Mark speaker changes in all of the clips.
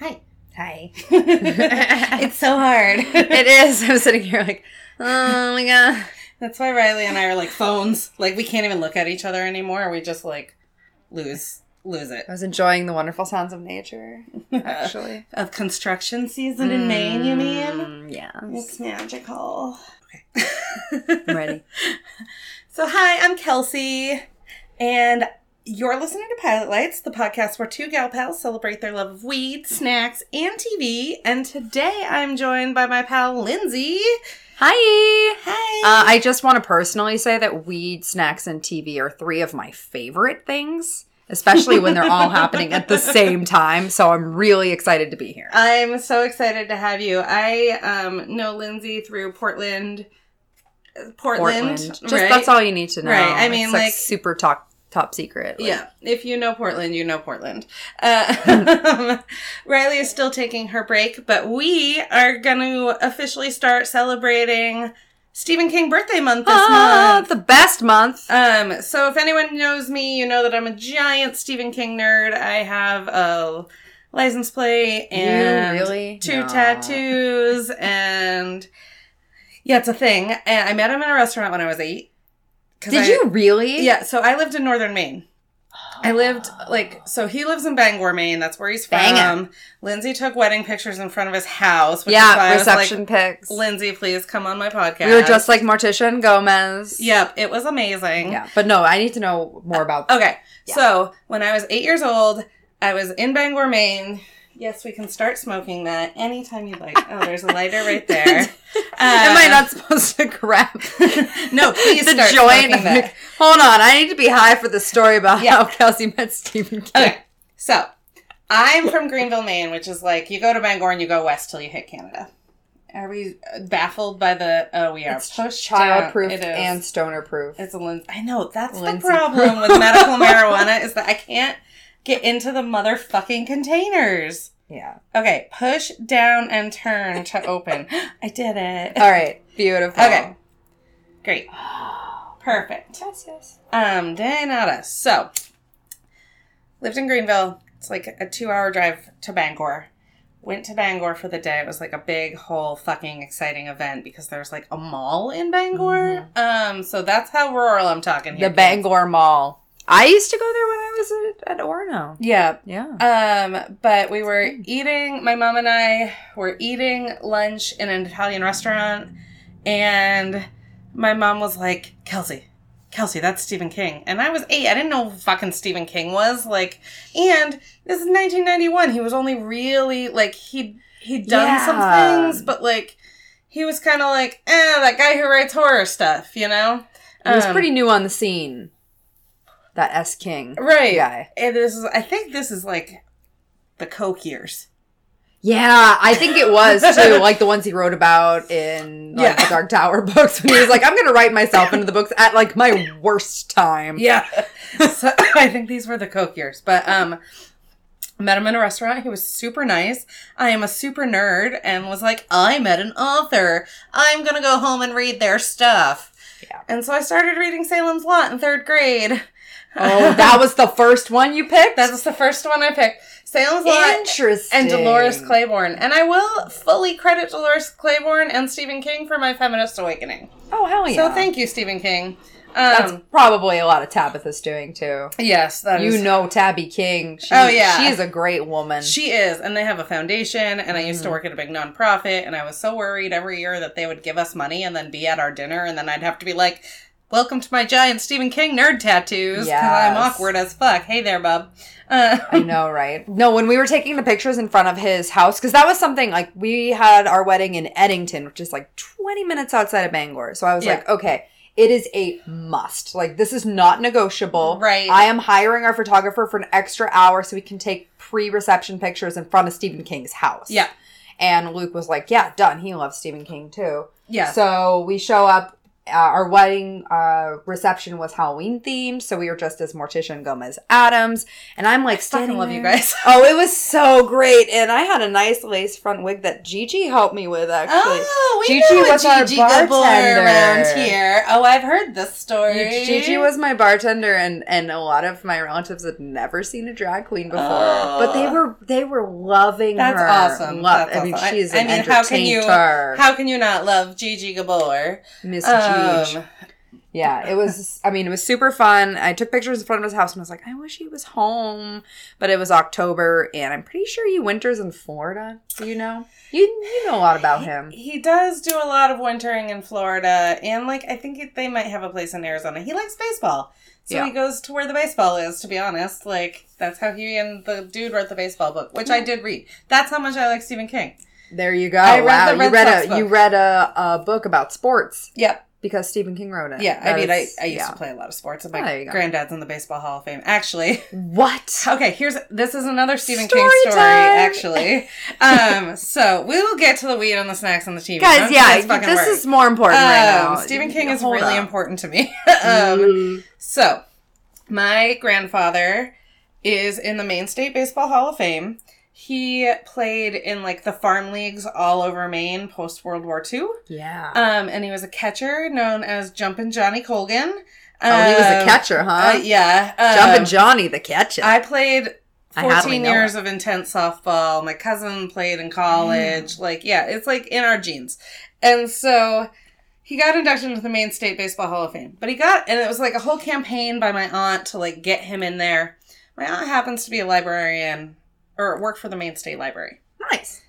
Speaker 1: Hi. Hi. it's so hard.
Speaker 2: It is. I'm sitting here like, oh my god.
Speaker 1: That's why Riley and I are like phones. Like we can't even look at each other anymore. We just like lose lose it.
Speaker 2: I was enjoying the wonderful sounds of nature, actually.
Speaker 1: of construction season in Maine, you mean?
Speaker 2: Mm, yeah.
Speaker 1: It's magical.
Speaker 2: I'm ready.
Speaker 1: So hi, I'm Kelsey, and you're listening to Pilot Lights, the podcast where two gal pals celebrate their love of weed, snacks, and TV. And today I'm joined by my pal Lindsay.
Speaker 2: Hi.
Speaker 1: Hi.
Speaker 2: Uh, I just want to personally say that weed, snacks, and TV are three of my favorite things, especially when they're all happening at the same time. So I'm really excited to be here.
Speaker 1: I'm so excited to have you. I um, know Lindsay through Portland. Portland.
Speaker 2: Just
Speaker 1: right?
Speaker 2: that's all you need to know.
Speaker 1: Right, I mean,
Speaker 2: It's,
Speaker 1: like-
Speaker 2: super top top secret. like-
Speaker 1: yeah. If you know Portland, you know Portland. Uh, Riley is still taking her break, but we are going to officially start celebrating Stephen King birthday month this
Speaker 2: Ah,
Speaker 1: month.
Speaker 2: the best month.
Speaker 1: Um, so if anyone knows me, you know that I'm a giant Stephen King nerd. I have a license plate and
Speaker 2: really?
Speaker 1: two
Speaker 2: No.
Speaker 1: tattoos and yeah, it's a thing. And I met him in a restaurant when I was eight. 'Cause
Speaker 2: Did
Speaker 1: I-
Speaker 2: you really?
Speaker 1: Yeah, so I lived in northern Maine. I lived
Speaker 2: Oh.
Speaker 1: like so he lives in Bangor, Maine. That's where he's from.
Speaker 2: Bangor.
Speaker 1: Lindsay took wedding pictures in front of his house, which is why
Speaker 2: Yeah,
Speaker 1: I was like,
Speaker 2: reception pics.
Speaker 1: Lindsay, please come on my podcast.
Speaker 2: We were just like Morticia and Gomez.
Speaker 1: Yep, it was amazing.
Speaker 2: Yeah. But no, I need to know more about that.
Speaker 1: Okay.
Speaker 2: Yeah.
Speaker 1: So when I was eight years old, I was in Bangor, Maine. Yes, we can start smoking that anytime you'd like. Oh, there's a lighter right there. Uh,
Speaker 2: Am I not supposed to grab
Speaker 1: No, please
Speaker 2: the
Speaker 1: start
Speaker 2: joint?
Speaker 1: smoking that.
Speaker 2: Hold on, I need to be high for the story about
Speaker 1: Yeah.
Speaker 2: how Kelsey met Stephen King.
Speaker 1: Okay. So I'm from Greenville, Maine, which is like you go to Bangor and you go west till you hit Canada. Are we uh, baffled by the? Oh, we are
Speaker 2: It's
Speaker 1: pushed down.
Speaker 2: Child proof
Speaker 1: It is.
Speaker 2: and stoner proof.
Speaker 1: It's a lens. I know that's
Speaker 2: Lindsay.
Speaker 1: the problem with medical marijuana is that I can't get into the motherfucking containers.
Speaker 2: Yeah.
Speaker 1: Okay, push down and turn to open. I did it.
Speaker 2: All right. Beautiful.
Speaker 1: Okay. Great. Perfect.
Speaker 2: Yes, yes.
Speaker 1: Um, de nada. So, lived in Greenville. It's like a two hour drive to Bangor. Went to Bangor for the day. It was like a big, whole fucking exciting event because there's like a mall in Bangor. Um, so that's how rural I'm talking here.
Speaker 2: Mm-hmm. The
Speaker 1: kids.
Speaker 2: Bangor Mall. I used to go there when I was at, at Orno.
Speaker 1: Yeah,
Speaker 2: Yeah.
Speaker 1: Um, but we were eating, my mom and I were eating lunch in an Italian restaurant, and my mom was like, Kelsey, Kelsey, that's Stephen King. And I was eight. I didn't know who fucking Stephen King was. Like, and this is 1991. He was only really, like, he'd, he'd done
Speaker 2: Yeah.
Speaker 1: some things, but, like, he was kind of like, eh, that guy who writes horror stuff, you know?
Speaker 2: He was
Speaker 1: Um,
Speaker 2: pretty new on the scene. That S King
Speaker 1: Um, Right.
Speaker 2: guy.
Speaker 1: And this is, I think this is, like, the Coke years.
Speaker 2: Yeah, I think it was too. Like the ones he wrote about in like,
Speaker 1: Yeah.
Speaker 2: the Dark Tower books when he was like, I'm going to write myself into the books at like my worst time.
Speaker 1: Yeah. so I think these were the Coke years. But um met him in a restaurant. He was super nice. I am a super nerd and was like, I met an author. I'm gonna go home and read their stuff.
Speaker 2: Yeah.
Speaker 1: And so I started reading Salem's Lot in third grade.
Speaker 2: Oh, that was the first one you picked?
Speaker 1: That was the first one I picked. Salem's Lot
Speaker 2: interesting.
Speaker 1: and Dolores Claiborne. And I will fully credit Dolores Claiborne and Stephen King for my feminist awakening.
Speaker 2: Oh, hell yeah.
Speaker 1: So thank you, Stephen King. Um,
Speaker 2: That's probably a lot of Tabitha's doing too.
Speaker 1: yes, that
Speaker 2: You
Speaker 1: is-
Speaker 2: know Tabby King. She,
Speaker 1: Oh, yeah.
Speaker 2: She is a great woman.
Speaker 1: She is, and they have a foundation. And I
Speaker 2: Mm-hmm.
Speaker 1: used to work at a big nonprofit, and I was so worried every year that they would give us money and then be at our dinner, and then I'd have to be like, welcome to my giant Stephen King nerd tattoos. Because I'm
Speaker 2: Yes.
Speaker 1: awkward as fuck. Hey there, bub. Uh,
Speaker 2: I know, right? No, when we were taking the pictures in front of his house, because that was something like we had our wedding in Eddington, which is like 20 minutes outside of Bangor. So I was
Speaker 1: Yeah.
Speaker 2: like, okay, it is a must. Like, this is not negotiable.
Speaker 1: Right.
Speaker 2: I am hiring our photographer for an extra hour so we can take pre reception pictures in front of Stephen King's house.
Speaker 1: Yeah.
Speaker 2: And Luke was like, yeah, done. He loves Stephen King too.
Speaker 1: yeah.
Speaker 2: So we show up. Uh, our wedding uh, reception was Halloween themed, so we were dressed as Morticia and Gomez Adams. And I'm like,
Speaker 1: fucking
Speaker 2: standing
Speaker 1: love you
Speaker 2: there.
Speaker 1: guys.
Speaker 2: Oh, it was so great. And I had a nice lace front wig that Gigi helped me with, actually.
Speaker 1: Oh, we
Speaker 2: Gigi
Speaker 1: know a
Speaker 2: was our
Speaker 1: Gigi Gobbler
Speaker 2: bartender.
Speaker 1: around here. Oh, I've heard this story.
Speaker 2: Gigi was my bartender and, and a lot of my relatives had never seen a drag queen before.
Speaker 1: Oh.
Speaker 2: But they were they were loving
Speaker 1: That's
Speaker 2: her.
Speaker 1: awesome.
Speaker 2: Love.
Speaker 1: That's
Speaker 2: I mean
Speaker 1: awesome. I-
Speaker 2: she's
Speaker 1: I
Speaker 2: an
Speaker 1: mean, how can you-
Speaker 2: entertainer.
Speaker 1: How can you not love Gigi Gabor?
Speaker 2: Miss Gigi.
Speaker 1: Um,
Speaker 2: Yeah, it was. I mean, it was super fun. I took pictures in front of his house and was like, I wish he was home, but it was October, and I'm pretty sure he winters in Florida. Do you know? You you know a lot about him.
Speaker 1: he does do a lot of wintering in Florida, and like I think they might have a place in Arizona. He likes baseball, so
Speaker 2: Yeah.
Speaker 1: he goes to where the baseball is. To be honest, like that's how he and the dude wrote the baseball book, which I did read. That's how much I like Stephen King.
Speaker 2: There you go.
Speaker 1: I read
Speaker 2: wow,
Speaker 1: the Red
Speaker 2: you read
Speaker 1: Sox
Speaker 2: a
Speaker 1: book.
Speaker 2: you read a, a book about sports
Speaker 1: Yep.
Speaker 2: because Stephen King wrote it.
Speaker 1: Yeah, Oh, I
Speaker 2: That
Speaker 1: mean, I,
Speaker 2: is-
Speaker 1: I used
Speaker 2: yeah.
Speaker 1: to play a lot of sports, and
Speaker 2: There
Speaker 1: my
Speaker 2: you go.
Speaker 1: granddad's in the Baseball Hall of Fame. Actually,
Speaker 2: What?
Speaker 1: Okay, here's this is another Stephen
Speaker 2: Story
Speaker 1: King story, actually.
Speaker 2: time.
Speaker 1: Um, so we will get to the weed on the snacks on the TV,
Speaker 2: Guys,
Speaker 1: Don't
Speaker 2: yeah,
Speaker 1: let's fucking
Speaker 2: this
Speaker 1: work.
Speaker 2: is more important right now.
Speaker 1: Um, Stephen King is
Speaker 2: Hold
Speaker 1: really
Speaker 2: up. Mm.
Speaker 1: important to me. um, so my grandfather is in the Maine State Baseball Hall of Fame. He played in like the farm leagues all over Maine post World War II,
Speaker 2: yeah.
Speaker 1: um, and he was a catcher known as Jumpin' Johnny Colgan.
Speaker 2: oh, he was a
Speaker 1: Um,
Speaker 2: catcher, huh?
Speaker 1: uh, yeah, um,
Speaker 2: Jumpin' Johnny, the catcher.
Speaker 1: I played
Speaker 2: I hardly
Speaker 1: 14
Speaker 2: know
Speaker 1: years of intense softball. My cousin played in
Speaker 2: Mm.
Speaker 1: college. Like, yeah, it's like in our genes. And so he got inducted into the Maine State Baseball Hall of Fame. But he got, and it was like a whole campaign by my aunt to like get him in there. My aunt happens to be a librarian or worked for the Maine State Library.
Speaker 2: nice.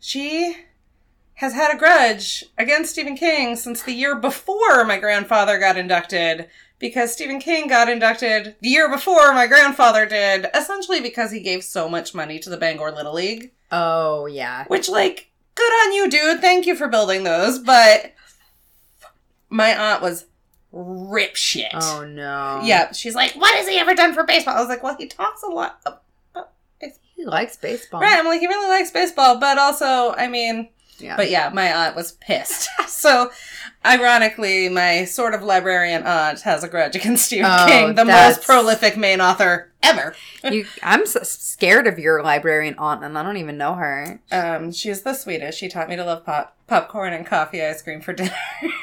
Speaker 1: She has had a grudge against Stephen King since the year before my grandfather got inducted because Stephen King got inducted the year before my grandfather did, essentially because he gave so much money to the Bangor Little League,
Speaker 2: Oh yeah.
Speaker 1: which, like, good on you, dude. Thank you for building those. But my aunt was rip shit.
Speaker 2: Oh no.
Speaker 1: Yeah, she's like, what has he ever done for baseball? I was like, well, he talks a lot
Speaker 2: Oh.
Speaker 1: about baseball.
Speaker 2: He likes baseball.
Speaker 1: Right, I'm like, he really likes baseball, but also, I mean,
Speaker 2: Yeah.
Speaker 1: but yeah, my aunt was pissed. so, ironically, my sort of librarian aunt has a grudge against Stephen
Speaker 2: Oh,
Speaker 1: King, the
Speaker 2: that's-
Speaker 1: most prolific Maine author ever.
Speaker 2: you, I'm s scared of your librarian aunt, and I don't even know her.
Speaker 1: Um, she's the sweetest. She taught me to love pop- popcorn and coffee ice cream for dinner.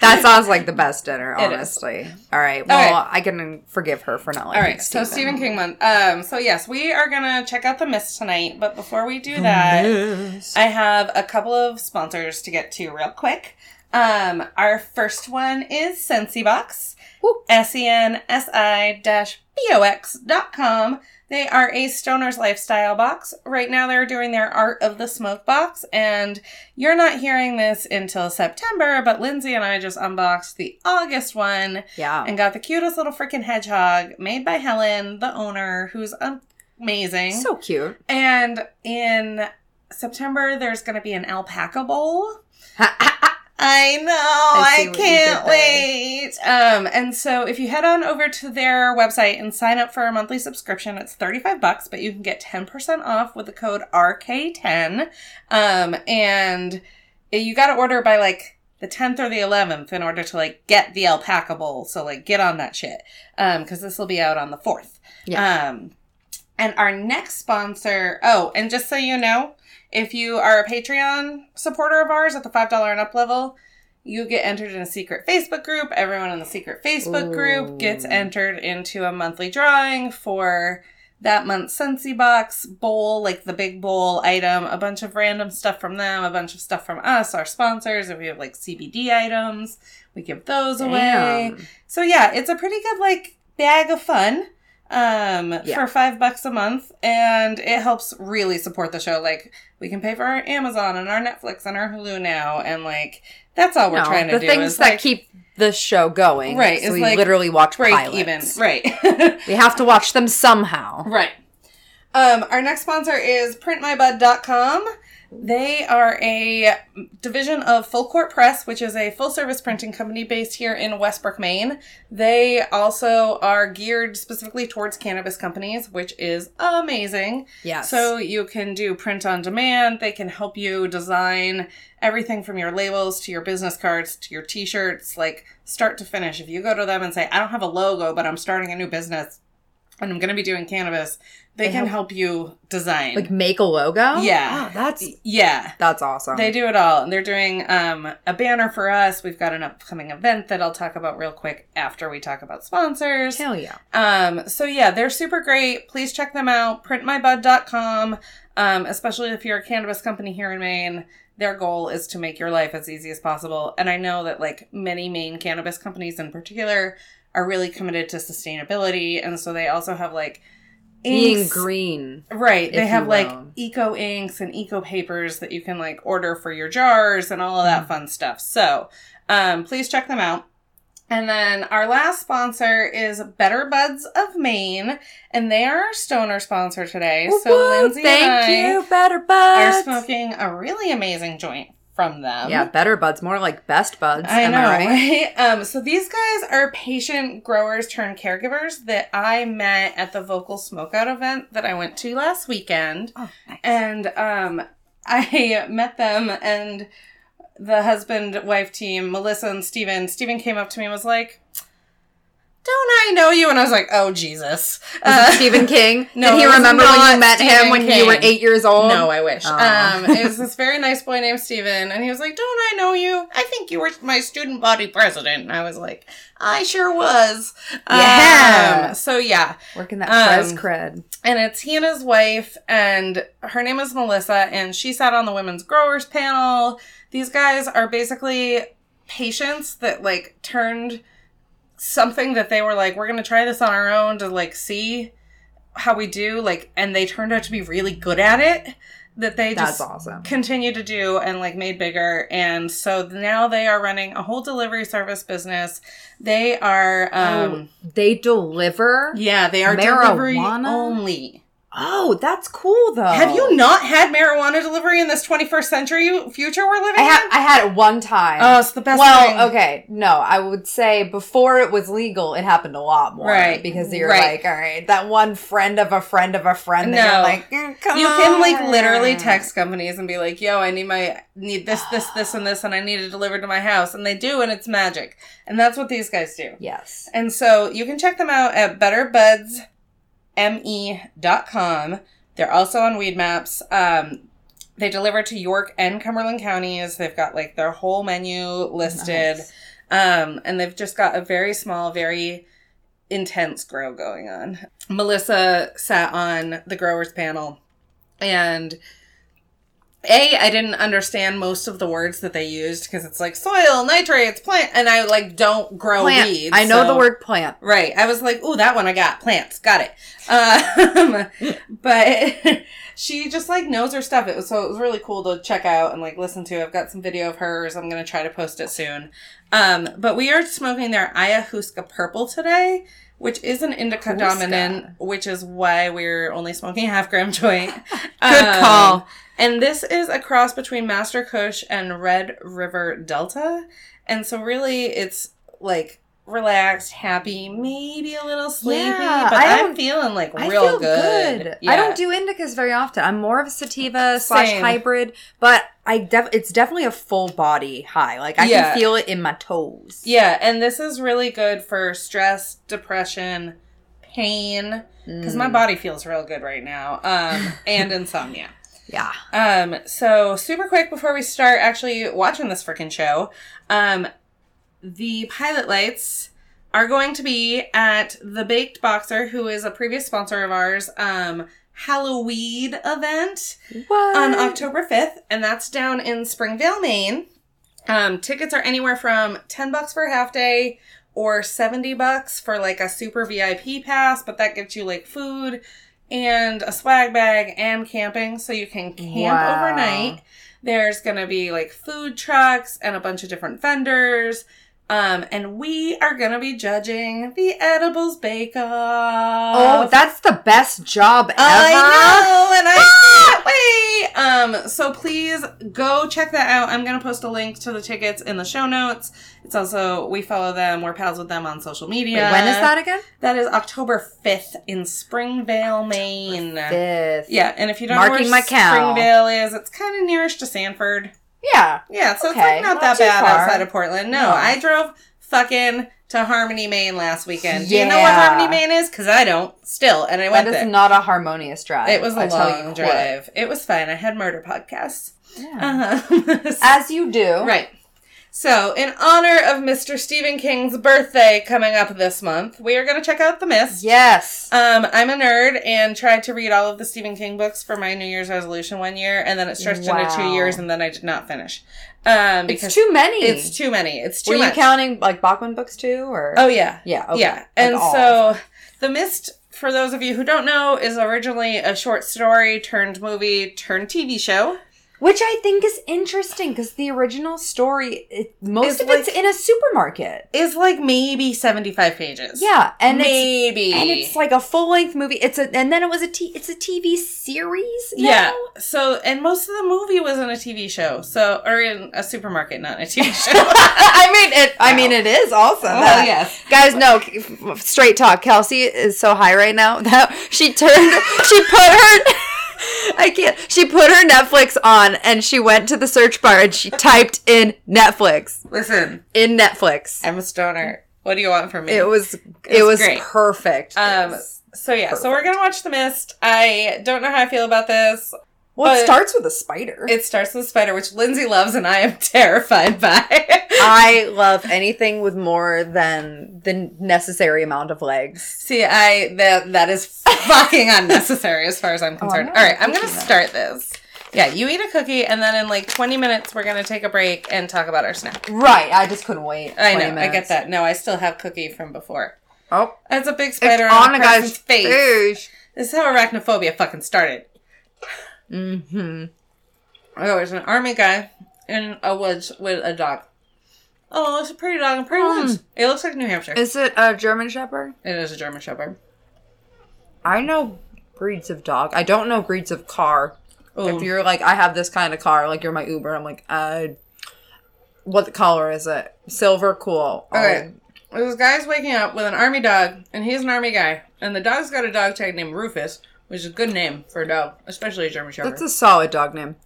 Speaker 2: That sounds like the best dinner,
Speaker 1: It is.
Speaker 2: honestly. All right. Well,
Speaker 1: right.
Speaker 2: I can forgive her for not
Speaker 1: All
Speaker 2: liking
Speaker 1: right, so Stephen King month. Um, so yes, we are gonna check out the mist tonight, but before we do that, I have a couple of sponsors to get to real quick. Um, our first one is SensiBox. E
Speaker 2: Woo.
Speaker 1: S-E-N-S-I-B-O-X.com. They are a stoner's lifestyle box. Right now they're doing their Art of the Smoke box, and you're not hearing this until September, but Lindsay and I just unboxed the August one
Speaker 2: Yeah.
Speaker 1: and got the cutest little freaking hedgehog made by Helen, the owner, who's amazing.
Speaker 2: So cute.
Speaker 1: And in September, there's going to be an alpaca bowl. I know.
Speaker 2: I see
Speaker 1: I,
Speaker 2: what you
Speaker 1: can't
Speaker 2: did
Speaker 1: wait. Um, and so if you head on over to their website and sign up for a monthly subscription, it's 35 bucks, but you can get 10% off with the code RK10. Um, and you got to order by like the 10th or the 11th in order to like get the alpaca bowl. So like get on that shit. Um, cause this will be out on the 4th.
Speaker 2: Yeah.
Speaker 1: Um, and our next sponsor, oh, and just so you know, if you are a Patreon supporter of ours at the $5 and up level, you get entered in a secret Facebook group. Everyone in the secret Facebook
Speaker 2: Ooh.
Speaker 1: group gets entered into a monthly drawing for that month's Sensi box bowl, like the big bowl item, a bunch of random stuff from them, a bunch of stuff from us, our sponsors. If we have like CBD items, we give those away.
Speaker 2: Damn.
Speaker 1: So yeah, it's a pretty good like bag of fun. um
Speaker 2: Yeah.
Speaker 1: for five bucks a month and it helps really support the show like we can pay for our amazon and our netflix and our hulu now and like that's all we're
Speaker 2: No,
Speaker 1: trying to
Speaker 2: the
Speaker 1: do
Speaker 2: things
Speaker 1: is
Speaker 2: that
Speaker 1: like,
Speaker 2: keep the show going.
Speaker 1: Right,
Speaker 2: So
Speaker 1: it's
Speaker 2: we
Speaker 1: like
Speaker 2: literally watch
Speaker 1: break
Speaker 2: pilots.
Speaker 1: even right
Speaker 2: We have to watch them somehow.
Speaker 1: Right. Um, our next sponsor is printmybud.com. They are a division of Full Court Press, which is a full service printing company based here in Westbrook, Maine. They also are geared specifically towards cannabis companies, which is amazing.
Speaker 2: Yes.
Speaker 1: So you can do print on demand. They can help you design everything from your labels to your business cards to your t shirts, like start to finish. If you go to them and say, I don't have a logo, but I'm starting a new business and I'm going to be doing cannabis, they,
Speaker 2: They
Speaker 1: can help,
Speaker 2: help-
Speaker 1: you design.
Speaker 2: like make a logo.
Speaker 1: Yeah.
Speaker 2: Wow, that's
Speaker 1: yeah.
Speaker 2: that's awesome.
Speaker 1: They do it all. And they're doing um, a banner for us. We've got an upcoming event that I'll talk about real quick after we talk about sponsors.
Speaker 2: Hell yeah.
Speaker 1: Um, so yeah, they're super great. Please check them out. Printmybud.com. Um, especially if you're a cannabis company here in Maine, their goal is to make your life as easy as possible. And I know that like many Maine cannabis companies in particular are really committed to sustainability, and so they also have like
Speaker 2: Being
Speaker 1: inks-
Speaker 2: green.
Speaker 1: Right.
Speaker 2: if
Speaker 1: They
Speaker 2: you
Speaker 1: have like
Speaker 2: will.
Speaker 1: eco inks and eco papers that you can like order for your jars and all of
Speaker 2: Mm.
Speaker 1: that fun stuff. So um, please check them out. And then our last sponsor is Better Buds of Maine, and they are our stoner sponsor today. So
Speaker 2: Woo-woo,
Speaker 1: Lindsay
Speaker 2: thank
Speaker 1: and
Speaker 2: you, Better
Speaker 1: I are
Speaker 2: Buds.
Speaker 1: smoking a really amazing joint from them.
Speaker 2: yeah, Better Buds, more like Best Buds.
Speaker 1: I
Speaker 2: am
Speaker 1: know,
Speaker 2: I right?
Speaker 1: right? Um, so these guys are patient growers turned caregivers that I met at the Vocal Smokeout event that I went to last weekend,
Speaker 2: Oh, nice.
Speaker 1: and um, I met them and the husband wife team, Melissa and Steven. Steven came up to me and was like, "Don't I know you?" And I was like, "Oh Jesus."
Speaker 2: Was
Speaker 1: Uh,
Speaker 2: it Stephen King?
Speaker 1: no,
Speaker 2: Did he
Speaker 1: it was
Speaker 2: remember when
Speaker 1: not
Speaker 2: you met him
Speaker 1: Stephen
Speaker 2: when you were
Speaker 1: King.
Speaker 2: eight years old?
Speaker 1: No, I wish.
Speaker 2: Oh.
Speaker 1: Um, it was this very nice boy named Steven, and he was like, Don't I know you? I think you were my student body president. And I was like, I sure was.
Speaker 2: Yeah.
Speaker 1: Um, so, yeah.
Speaker 2: Working that
Speaker 1: Um,
Speaker 2: Prez cred.
Speaker 1: And it's he and his wife, and her name is Melissa, and she sat on the women's growers panel. These guys are basically patients that like turned something that they were like, we're gonna try this on our own to like see how we do, like, and they turned out to be really good at it. That they
Speaker 2: That's
Speaker 1: just
Speaker 2: awesome.
Speaker 1: continue to do and like made bigger and so now they are running a whole delivery service business they are um
Speaker 2: They deliver.
Speaker 1: yeah they are delivery
Speaker 2: Oh. Marijuana?
Speaker 1: only
Speaker 2: Oh, that's cool though.
Speaker 1: have you not had marijuana delivery in this 21st century future we're living
Speaker 2: I had I had it one time.
Speaker 1: in oh it's the best
Speaker 2: well,
Speaker 1: thing.
Speaker 2: okay, no, I would say before it was legal, it happened a lot more,
Speaker 1: Right,
Speaker 2: Because you're
Speaker 1: right.
Speaker 2: like, all right, that one friend of a friend of a friend. That
Speaker 1: No.
Speaker 2: you're like, mm, come
Speaker 1: you can like
Speaker 2: on.
Speaker 1: literally text companies and be like yo i need my need this this this and this and i need it delivered to my house and they do and it's magic and that's what these guys do
Speaker 2: Yes,
Speaker 1: And so you can check them out at betterbudsme.com. They're also on Weed Maps. Um, they deliver to York and Cumberland counties. They've got like their whole menu listed.
Speaker 2: Nice.
Speaker 1: Um, and they've just got a very small, very intense grow going on. Melissa sat on the growers panel and a, I didn't understand most of the words that they used because it's like soil, nitrates, plant, and I like don't grow
Speaker 2: plant.
Speaker 1: weeds.
Speaker 2: I know
Speaker 1: so-
Speaker 2: the word plant.
Speaker 1: Right. I was like, ooh, that one I got. Plants. Got it. Um, but she just like knows her stuff. It was so it was really cool to check out and like listen to. I've got some video of hers. I'm gonna try to post it soon. Um, but we are smoking their Ayahuasca purple today, which is an indica
Speaker 2: Ayahuasca.
Speaker 1: dominant, which is why we're only smoking a half gram joint. Um,
Speaker 2: Good call.
Speaker 1: And this is a cross between Master Kush and Red River Delta. And so really it's like relaxed, happy, maybe a little sleepy,
Speaker 2: Yeah,
Speaker 1: but
Speaker 2: I
Speaker 1: I'm
Speaker 2: don't-
Speaker 1: feeling like
Speaker 2: I
Speaker 1: real
Speaker 2: feel
Speaker 1: good.
Speaker 2: good.
Speaker 1: Yeah.
Speaker 2: I don't do indicas very often. I'm more of a sativa slash
Speaker 1: Same.
Speaker 2: hybrid, but I def- it's definitely a full body high. Like I
Speaker 1: Yeah.
Speaker 2: can feel it in my toes.
Speaker 1: Yeah, and this is really good for stress, depression, pain cuz my
Speaker 2: Mm.
Speaker 1: body feels real good right now. Um and insomnia.
Speaker 2: Yeah.
Speaker 1: Um, so super quick before we start actually watching this freaking show, um, the pilot lights are going to be at the Baked Boxer, who is a previous sponsor of ours, um, Halloween event
Speaker 2: What?
Speaker 1: on October 5th, and that's down in Springvale, Maine. Um, tickets are anywhere from 10 bucks for a half day or 70 bucks for like a super VIP pass, but that gets you like food and a swag bag and camping so you can camp
Speaker 2: Wow.
Speaker 1: overnight. There's going to be like food trucks and a bunch of different vendors. Um, and we are going to be judging the edibles bake off.
Speaker 2: Oh, that's the best job ever. Uh-huh.
Speaker 1: I know,
Speaker 2: Ah!
Speaker 1: and I can't wait. Um, so please go check that out. I'm gonna post a link to the tickets in the show notes. It's also we follow them. We're pals with them on social media.
Speaker 2: Wait, when is that again?
Speaker 1: That is October 5th in Springvale, Maine.
Speaker 2: Fifth.
Speaker 1: Yeah, and if you don't know
Speaker 2: Marking
Speaker 1: where
Speaker 2: my cal.
Speaker 1: Springvale is, it's kind of nearest to Sanford.
Speaker 2: Yeah.
Speaker 1: Yeah, so it's
Speaker 2: Okay,
Speaker 1: like not,
Speaker 2: not
Speaker 1: that
Speaker 2: too
Speaker 1: bad
Speaker 2: far.
Speaker 1: outside of Portland. No,
Speaker 2: No.
Speaker 1: I drove fucking to Harmony, Maine last weekend. Do you know what
Speaker 2: Yeah.
Speaker 1: Harmony, Maine is? Because I don't. Still, and I went
Speaker 2: That is
Speaker 1: there.
Speaker 2: not a harmonious drive.
Speaker 1: It was a
Speaker 2: I tell you
Speaker 1: long
Speaker 2: what.
Speaker 1: drive. It was fun. I had murder podcasts.
Speaker 2: Yeah.
Speaker 1: Uh-huh.
Speaker 2: As you do.
Speaker 1: right. So, in honor of Mr. Stephen King's birthday coming up this month, we are going to check out The Mist.
Speaker 2: Yes.
Speaker 1: Um, I'm a nerd and tried to read all of the Stephen King books for my New Year's resolution one year, and then it stretched into two
Speaker 2: Wow.
Speaker 1: years, and then I did not finish. Um, because
Speaker 2: it's too many.
Speaker 1: it's too many. It's too
Speaker 2: Were
Speaker 1: much.
Speaker 2: you counting like Bachman books too, or
Speaker 1: oh yeah,
Speaker 2: yeah, okay.
Speaker 1: Yeah. And
Speaker 2: all.
Speaker 1: so The Mist, for those of you who don't know, is originally a short story turned movie turned TV show.
Speaker 2: which I think is interesting because the original story, it, most
Speaker 1: It's
Speaker 2: of it's
Speaker 1: like-
Speaker 2: in a supermarket.
Speaker 1: Is like maybe 75 pages.
Speaker 2: Yeah, and it's
Speaker 1: maybe.
Speaker 2: and it's like a full length movie. It's a and then it was a t it's a TV series. now?
Speaker 1: yeah. So, and most of the movie was in a TV show. So, or in a supermarket, not a TV
Speaker 2: Oh,
Speaker 1: show.
Speaker 2: I mean it. I mean it is also. that-
Speaker 1: yes.
Speaker 2: Guys, no, k- f- straight talk. Kelsey is so high right now that she turned, she put her, I can't, she put her Netflix on and she went to the search bar and she typed in Netflix,
Speaker 1: Listen,
Speaker 2: in Netflix.
Speaker 1: I'm a stoner. What do you want from me?
Speaker 2: It was,
Speaker 1: It's
Speaker 2: it was
Speaker 1: great.
Speaker 2: perfect.
Speaker 1: um, so yeah, so we're going to watch The Mist. I don't know how I feel about this.
Speaker 2: well,
Speaker 1: but-
Speaker 2: it starts with a spider.
Speaker 1: It starts with a spider, which Lindsay loves, and I am terrified by.
Speaker 2: I love anything with more than the necessary amount of legs.
Speaker 1: See, I that that is fucking unnecessary as far as I'm concerned.
Speaker 2: not
Speaker 1: All right, I'm gonna
Speaker 2: thinking that.
Speaker 1: start this. Yeah, you eat a cookie, and then in like 20 minutes, we're gonna take a break and talk about our snack.
Speaker 2: Right. I just couldn't wait.
Speaker 1: I know, I get that. No, I still have cookie from before.
Speaker 2: Oh,
Speaker 1: That's a big
Speaker 2: it's
Speaker 1: spider on, a guy's face. This is how arachnophobia fucking started.
Speaker 2: Mm-hmm.
Speaker 1: Oh, there's an army guy in a woods with a dog. Oh, it's a pretty dog and pretty woods. It looks like New Hampshire.
Speaker 2: Is it a German Shepherd?
Speaker 1: It is a German Shepherd.
Speaker 2: I know breeds of dog. I don't know breeds of car.
Speaker 1: Ooh.
Speaker 2: If you're like, I have this kind of car, like you're my Uber, I'm like, uh, what color is it? Silver, cool.
Speaker 1: Okay. This guy's waking up with an army dog, and he's an army guy. And the dog's got a dog tag named Rufus, which is a good name for a dog, especially a German
Speaker 2: Oh,
Speaker 1: Shepherd.
Speaker 2: that's a solid dog name.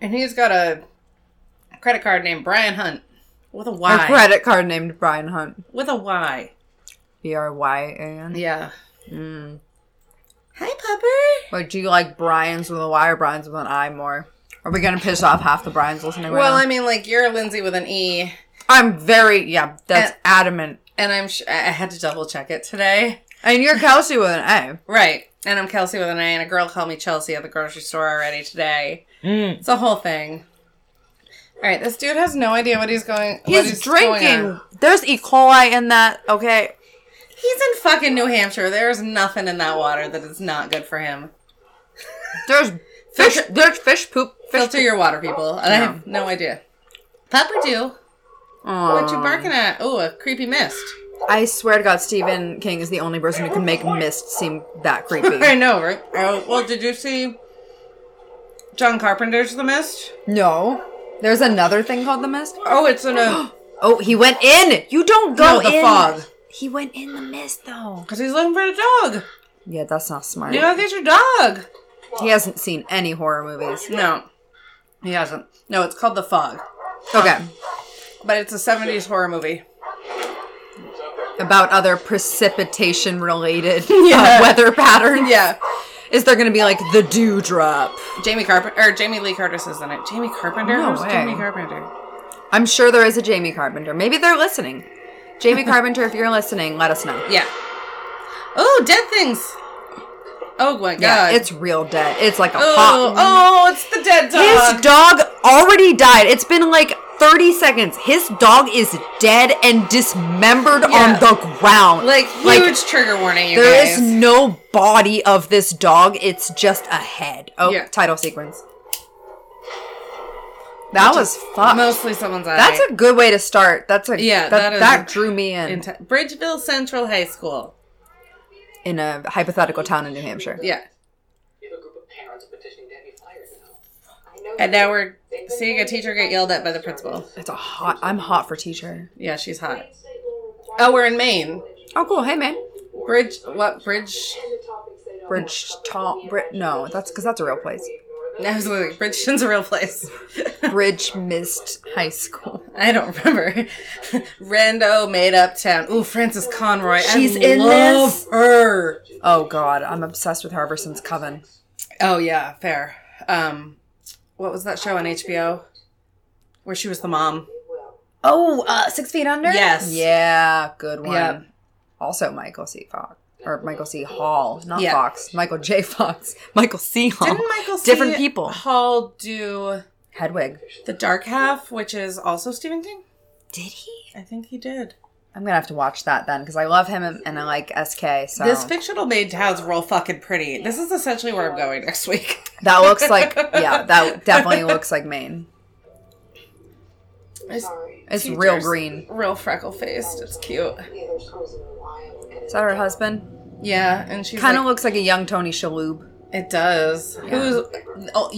Speaker 1: and he's got a credit card named Brian Hunt with a
Speaker 2: A
Speaker 1: Y.
Speaker 2: credit card named Brian Hunt.
Speaker 1: with a Y.
Speaker 2: B R Y A N.
Speaker 1: Yeah. Hmm.
Speaker 2: Mm.
Speaker 1: Hi, Pupper.
Speaker 2: But do you like Brian's with a Y or Brian's with an I more? Are we gonna piss off half the Brian's listening right
Speaker 1: Well,
Speaker 2: now?
Speaker 1: I mean, like you're Lindsay with an E,
Speaker 2: I'm very yeah. That's
Speaker 1: Uh,
Speaker 2: adamant.
Speaker 1: and I'm sh- I I had to double check it today.
Speaker 2: And you're Kelsey with an
Speaker 1: Right. And I'm Kelsey with an A, and a girl called me Chelsea at the grocery store already today.
Speaker 2: A. Mm.
Speaker 1: It's a whole thing. All right, this dude has no idea what he's going. what
Speaker 2: He's
Speaker 1: going on.
Speaker 2: drinking. There's E. coli in that. Okay.
Speaker 1: He's in fucking New Hampshire. There's nothing in that water that is not good for him.
Speaker 2: There's fish.
Speaker 1: Filter-
Speaker 2: There's fish poop. Fish
Speaker 1: Filter your water, people. And I have no idea. Papadoo, what you barking at? Oh, a creepy mist.
Speaker 2: I swear to God, Stephen King is the only person who can make mist seem that creepy.
Speaker 1: I know, right? Oh, well, did you see John Carpenter's The Mist?
Speaker 2: no, there's another thing called the mist.
Speaker 1: Oh, it's in a
Speaker 2: Oh, he went in. You don't go
Speaker 1: no, the
Speaker 2: in.
Speaker 1: fog
Speaker 2: He went in the mist though.
Speaker 1: because he's looking for the dog.
Speaker 2: Yeah, that's not smart.
Speaker 1: You gotta get your dog.
Speaker 2: He hasn't seen any horror movies.
Speaker 1: No, he hasn't. No, it's called The Fog,
Speaker 2: Okay,
Speaker 1: but it's a '70s horror movie.
Speaker 2: about other precipitation-related
Speaker 1: Yeah.
Speaker 2: uh, weather patterns.
Speaker 1: Yeah,
Speaker 2: Is there going to be like the dewdrop?
Speaker 1: Jamie Carpenter or Jamie Lee Curtis is in it. Jamie Carpenter?
Speaker 2: No
Speaker 1: Who's
Speaker 2: way.
Speaker 1: Jamie Carpenter?
Speaker 2: I'm sure there is a Jamie Carpenter. Maybe they're listening. Jamie Carpenter, if you're listening, let us know.
Speaker 1: Yeah. Oh, dead things. Oh my god.
Speaker 2: Yeah, it's real dead. It's like a
Speaker 1: oh,
Speaker 2: pop.
Speaker 1: oh, it's the dead dog.
Speaker 2: His dog already died. It's been like
Speaker 3: 30 seconds, his dog is dead and dismembered
Speaker 1: Yeah.
Speaker 3: on the ground.
Speaker 1: Like
Speaker 3: Like,
Speaker 1: huge trigger warning, you
Speaker 3: there
Speaker 1: guys.
Speaker 3: is no body of this dog. It's just a head. Oh,
Speaker 1: Yeah.
Speaker 3: title sequence.
Speaker 2: That was fucked.
Speaker 1: Mostly someone's eye.
Speaker 2: That's a good way to start. That's a
Speaker 1: Yeah,
Speaker 2: That,
Speaker 1: that is
Speaker 2: that
Speaker 1: a-
Speaker 2: drew me in
Speaker 1: Int- Bridgeville Central High School.
Speaker 3: In a hypothetical town in New Hampshire.
Speaker 1: Yeah.
Speaker 4: You have a group of parents petitioning to have you fired now. I know
Speaker 1: And
Speaker 4: you-
Speaker 1: now we're seeing a teacher get yelled at by the principal.
Speaker 2: It's a hot. I'm hot for teacher.
Speaker 1: Yeah, she's hot. Oh, we're in Maine.
Speaker 2: Oh, cool. Hey, man.
Speaker 1: Bridge, what bridge?
Speaker 2: Bridgetown. Brit. No, that's because that's a real place.
Speaker 1: I was like, Bridgeton's a real place.
Speaker 2: Bridge Mist High School.
Speaker 1: I don't remember. Rando made up town. Ooh, Frances Conroy.
Speaker 3: She's
Speaker 1: I
Speaker 3: in
Speaker 1: love
Speaker 3: this.
Speaker 1: her.
Speaker 2: Oh God, I'm obsessed with her ever since Coven.
Speaker 1: Oh yeah, fair. Um, what was that show on HBO where she was the mom?
Speaker 2: Oh, uh, Six Feet Under.
Speaker 1: Yes.
Speaker 2: Yeah, good one.
Speaker 1: Yep.
Speaker 2: Also, Michael C. Fox or Michael C. Hall, not
Speaker 1: Yeah.
Speaker 2: Fox. Michael J. Fox. Michael C. Hall.
Speaker 1: Didn't Michael C.
Speaker 2: Different people.
Speaker 1: Hall do
Speaker 2: Hedwig.
Speaker 1: the Dark Half, which is also Stephen King?
Speaker 2: Did he?
Speaker 1: I think he did.
Speaker 2: I'm gonna have to watch that then because I love him and, and I like SK. So
Speaker 1: This fictional made town's real fucking pretty. This is essentially where I'm going next week.
Speaker 2: that looks like yeah, that definitely looks like Maine.
Speaker 1: It's
Speaker 2: It's
Speaker 1: teachers.
Speaker 2: real green.
Speaker 1: real freckle faced. It's cute.
Speaker 2: Is that her husband?
Speaker 1: Yeah, and she's
Speaker 2: Kind of
Speaker 1: like,
Speaker 2: looks like a young Tony Shalhoub.
Speaker 1: It does. Who's oh,
Speaker 2: hot?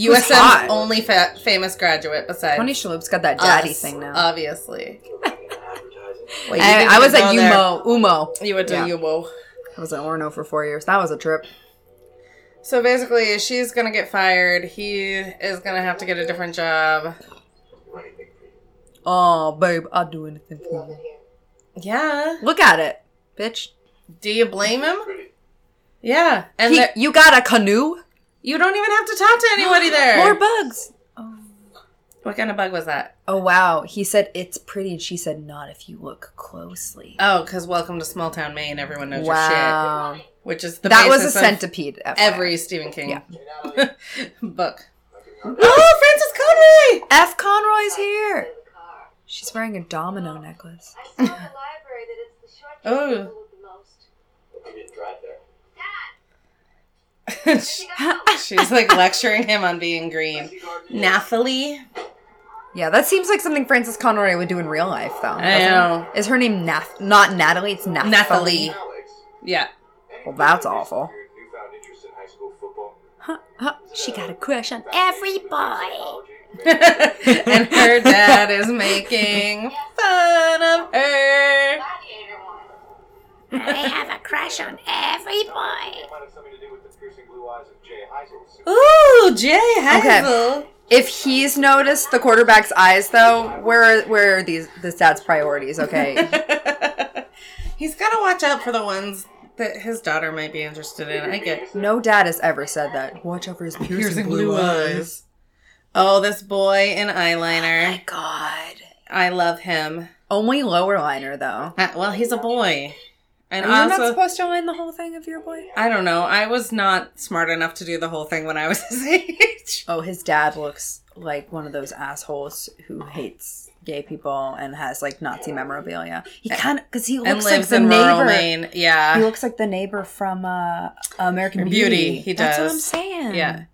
Speaker 1: USM's only fa- famous graduate besides
Speaker 2: Tony Shalhoub's got that daddy
Speaker 1: us,
Speaker 2: thing now.
Speaker 1: Obviously, Wait, Uh, you
Speaker 2: I,
Speaker 1: didn't
Speaker 2: I was
Speaker 1: even
Speaker 2: at
Speaker 1: go there.
Speaker 2: Umo. Umo.
Speaker 1: You went to
Speaker 2: Yeah.
Speaker 1: UMO.
Speaker 2: I was at Orno for four years. That was a trip.
Speaker 1: So basically, she's gonna get fired. He is gonna have to get a different job.
Speaker 2: Oh, babe, I'll do anything for you.
Speaker 1: Yeah.
Speaker 2: Look at it, bitch.
Speaker 1: Do you blame him? Yeah. And
Speaker 2: He-
Speaker 1: there-
Speaker 2: you got a canoe
Speaker 1: you don't even have to talk to anybody there.
Speaker 2: or bugs?
Speaker 1: what kind of bug was that?
Speaker 2: Oh wow, he said it's pretty, and she said not if you look closely.
Speaker 1: Oh, because welcome to small town Maine. Everyone knows your
Speaker 2: wow,
Speaker 1: shit. Which is Oh, the
Speaker 2: that was a
Speaker 1: basis of
Speaker 2: centipede. FYI.
Speaker 1: Every Stephen King book.
Speaker 2: Oh, Francis Conroy! F. Conroy's here. She's wearing a domino necklace.
Speaker 5: I saw in the library that it's the short
Speaker 1: Oh.
Speaker 5: people with the most.
Speaker 4: We didn't drive there.
Speaker 1: She's like lecturing him on being green. Nathalie.
Speaker 2: Yeah, that seems like something Francis Conroy would do in real life, though.
Speaker 1: I
Speaker 2: doesn't
Speaker 1: know.
Speaker 2: it? Is her name Nath? Not Natalie. It's Nathalie.
Speaker 1: Nathalie. Yeah.
Speaker 2: Well, that's awful.
Speaker 4: Your newfound interest in high school football.
Speaker 2: Huh, she got a crush on.
Speaker 4: Every boy.
Speaker 1: and her dad is making fun of her.
Speaker 4: something to do with the piercing blue eyes of Jay Heisel's
Speaker 1: Ooh, Jay Heisel.
Speaker 2: If he's noticed the quarterback's eyes, though, where where are these this dad's priorities? Okay,
Speaker 1: He's got to watch out for the ones that his daughter might be interested in. I get
Speaker 2: no dad has ever said that. Watch out for his piercing, blue, eyes. Oh
Speaker 1: Oh, this boy in eyeliner.
Speaker 2: God,
Speaker 1: I love him.
Speaker 2: only lower liner though.
Speaker 1: Uh, well, he's a boy. And
Speaker 2: Are you not
Speaker 1: also,
Speaker 2: supposed to line the whole thing of your boy?
Speaker 1: I don't know. I was not smart enough to do the whole thing when I was his age.
Speaker 2: Oh, his dad looks like one of those assholes who hates gay people and has like Nazi memorabilia. He kind of because he
Speaker 1: And
Speaker 2: looks like
Speaker 1: lives
Speaker 2: the
Speaker 1: in rural
Speaker 2: neighbor.
Speaker 1: Maine. Yeah.
Speaker 2: He looks like the neighbor from uh, American
Speaker 1: Beauty,
Speaker 2: Beauty.
Speaker 1: he
Speaker 2: That's what
Speaker 1: does.
Speaker 2: I'm saying.
Speaker 1: Yeah.